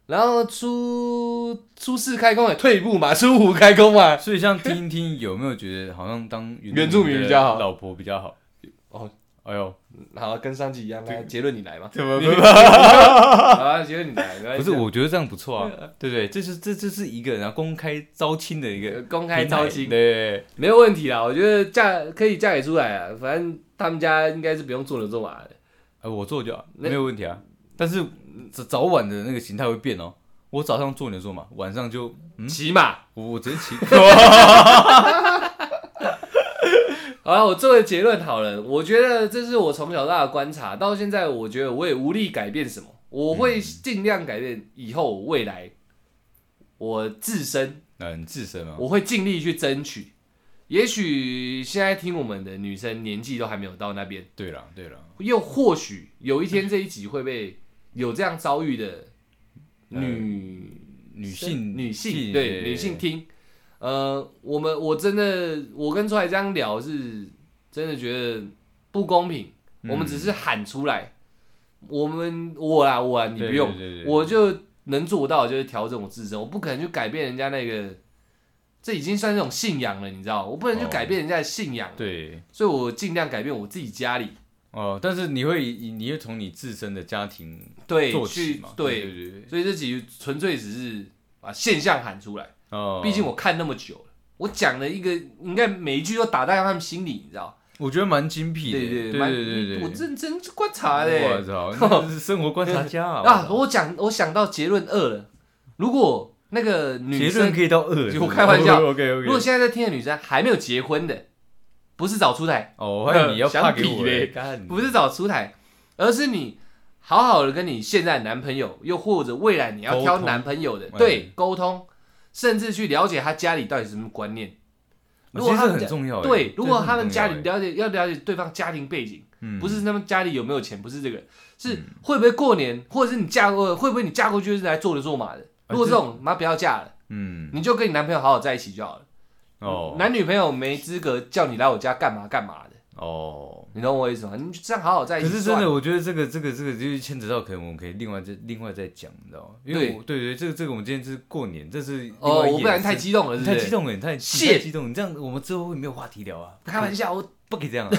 A: 然后初初四开工也退一步嘛，初五开工嘛。
B: 所以像听一听，有没有觉得好像当
A: 原住民比较好
B: 的老婆比较好？
A: 哦，
B: 哎呦，
A: 好，跟上集一样，来结论你来 嘛。
B: 怎么
A: 好，结论你来。没关
B: 不
A: 系啊
B: 是？我觉得这样不错啊，对不对？这是这这是一个然后公开招亲的一个
A: 公开招亲
B: 平台对，
A: 没有问题啦，我觉得嫁可以嫁给出来啊，反正他们家应该是不用做牛做马的。
B: 呃，我做就好，
A: 那
B: 没有问题啊。但是早早晚的那个形态会变哦。我早上做牛做马，晚上就嗯，
A: 骑马。
B: 我我直接 啊骑。
A: 好了，我作为结论好了，我觉得这是我从小到大的观察，到现在我觉得我也无力改变什么，我
B: 嗯
A: 会尽量改变以后未来我自身，
B: 嗯，自身啊，
A: 我会尽力去争取。也许现在听我们的女生年纪都还没有到那边，
B: 对了对了，
A: 又或许有一天这一集会被有这样遭遇的女
B: 女性
A: 女性对女性
B: 听
A: 听，呃，我们我真的我跟出来这样聊是真的觉得不公平，
B: 嗯
A: 我们只是喊出来，我们我啦我啦你不用，
B: 对对对对
A: 我就能做到的就是调整我自身，我不可能去改变人家那个，这已经算是一种信仰了，你知道，我不能去
B: 哦
A: 改变人家的信仰，
B: 对
A: 所以我尽量改变我自己家里
B: 哦，但是你会以你会从你自身的家庭
A: 对
B: 做起
A: 去
B: 嘛？
A: 对，
B: 对对对，
A: 所以这集纯粹只是把现象喊出来。
B: 哦，
A: 毕竟我看那么久了，我讲了一个，应该每一句都打在他们心里，你知道？
B: 我觉得蛮精辟的，
A: 对
B: 对
A: 蛮
B: 对对对，
A: 我认真观察的
B: 我
A: 欸
B: 操，那是生活观察 家
A: 啊！我讲，我想到结论二了。如果那个女
B: 结
A: 生
B: 论，可以到二，
A: 我开玩 笑
B: OK
A: 如果
B: OK。
A: 现在在听的女生还没有结婚的，不是找出台，
B: 哦，我看你要怕给
A: 呃想比
B: 我
A: 嘞
B: 欸，干
A: 不是找出台，而是你好好的跟你现在的男朋友，又或者未来你要挑
B: 沟通
A: 男朋友的，
B: 嗯
A: 对沟通，甚至去了解他家里到底是什么观念。如果
B: 其实
A: 他们
B: 很
A: 家
B: 重要欸，
A: 对，如果他们
B: 这
A: 家
B: 很
A: 里
B: 重要欸
A: 了解要了解对方家庭背景。
B: 嗯
A: 不是他们家里有没有钱，不是这个，是
B: 嗯
A: 会不会过年，或者是你嫁过，会不会你嫁过去是来做牛做马的？如果这种妈不要嫁了，
B: 嗯
A: 你就跟你男朋友好好在一起就好了。
B: 哦
A: 男女朋友没资格叫你来我家干嘛干嘛的，
B: 哦。
A: 你懂我意思吗？你就这样好好在一
B: 可
A: 起。
B: 是真的，，我觉得这个这个这个就是牵扯到，可能我们可以另外再另外再讲，你知道吗？因为
A: 对
B: 我对对，这个这个我们今天是过年，这是另
A: 哦，
B: 外一
A: 我不然太
B: 件事
A: 激动了，是
B: 你
A: 不是
B: 太激，动了，你太你
A: 谢
B: 太激动，你这样我们之后会没有话题聊啊，
A: 开玩笑，我
B: 不可以这 样啊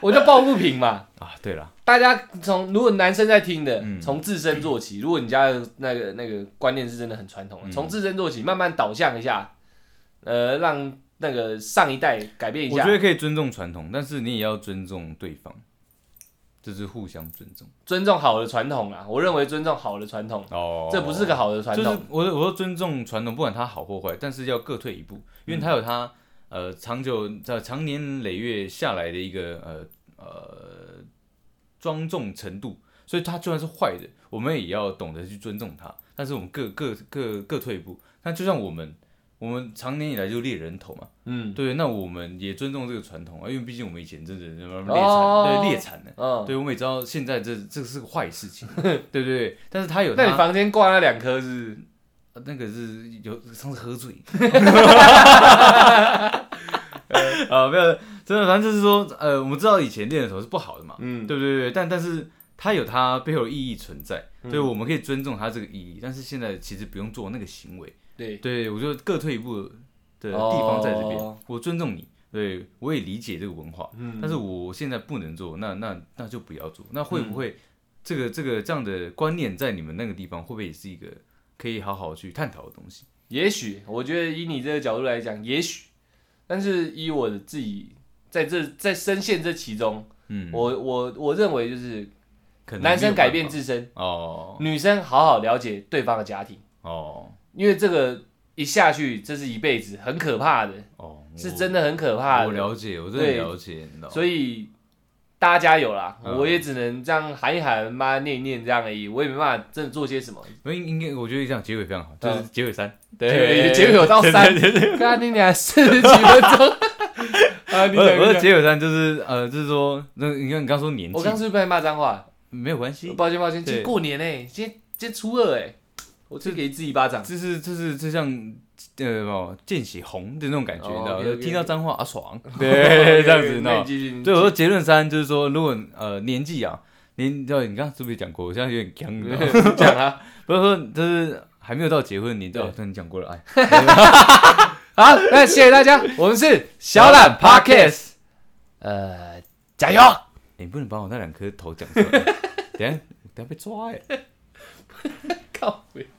A: 我就抱不平嘛。
B: 啊！对了，
A: 大家从如果男生在听的，
B: 嗯
A: 从自身做起。如果你家的那个那个观念是真的很传统的，
B: 嗯
A: 从自身做起，慢慢导向一下，呃，让那个上一代改变一
B: 我
A: 下
B: 觉。得可以尊重传统，但是你也要尊重对方，这是互相尊重。
A: 尊重好的传统啊，我认为尊重好的传统，
B: 哦
A: 这不是个好的传
B: 就是
A: 统。
B: 我我说尊重传统，不管它好或坏，但是要各退一步，因为它有
A: 嗯
B: 它呃长久在长年累月下来的一个呃呃庄重程度，所以它就算是坏的，我们也要懂得去尊重它。但是我们各各各各退一步，那就像我们我们长年以来就猎人头嘛，
A: 嗯
B: 对，那我们也尊重这个传统啊，因为毕竟我们以前真的猎惨，
A: 哦
B: 对猎惨的。
A: 嗯，
B: 对，我们也知道现在这这是个坏事情，对对对，但是它有它
A: 那你房间挂那两颗是？
B: 呃那个是有上次喝醉，呃，没有，真的，反正就是说，呃，我们知道以前练的时候是不好的嘛，
A: 嗯，
B: 对不对？对但但是它有它背后的意义存在，所以我们可以尊重它这个意义，但是现在其实不用做那个行为。
A: 对，
B: 对我觉得各退一步的地方在这边，
A: 哦
B: 我尊重你，对我也理解这个文化，
A: 嗯
B: 但是我现在不能做，那那那就不要做。那会
A: 嗯
B: 不会这个这个这样的观念在你们那个地方，会不会也是一个可以好好去探讨的东西？
A: 也许我觉得以你这个角度来讲，也许，但是以我的自己在这在深陷这其中，
B: 嗯，
A: 我我我认为就是
B: 可能
A: 男生
B: 没有办
A: 改
B: 法
A: 变自身，
B: 哦
A: 女生好好了解对方的家庭，
B: 哦
A: 因为这个一下去，这是一辈子，很可怕的，
B: 哦，
A: 是
B: 我
A: 真的很可怕
B: 我
A: 的。
B: 了解，我真的
A: 对
B: 了解，你知道吗
A: 所以大家加油啦！
B: 哦嗯
A: 我也只能这样喊一喊，妈念一念这样而已，我也没办法真的做些什么。
B: 没有应应该，我觉得这样结尾非常好，
A: 嗯
B: 就是结尾三，
A: 对，结尾有到 三，刚刚你俩四十几分钟，啊， 你
B: 不是
A: 讲
B: 不
A: 你
B: 是
A: 讲，
B: 结尾三，就是呃，就是说，那你看你刚说年纪，
A: 我刚是不是被骂脏话？
B: 没有关系，
A: 抱歉抱歉，
B: 对
A: 今天过年哎，今天今天初二哎，我就给自己一巴掌。
B: 这是这是这像呃哦见血红的那种感觉，
A: 哦
B: 你知道吗？
A: OK，OK，OK
B: 听到脏话啊爽， 对，这样子，你知
A: 那
B: 道
A: 你
B: 吗？
A: 继续，你
B: 对，我说结论三就是说，如果呃年纪啊，年对，你刚刚是不是讲过？我现在有点僵，你知道 吗
A: 继续讲啊
B: 不是说就是还没有到结婚年纪，哦，那你讲过了，哎，
A: 好，那谢谢大家，我们是小懒 Podcast，呃，加油！
B: 你不能把我 欸那两颗头讲出来，等一下等一下被抓哎。
A: 靠北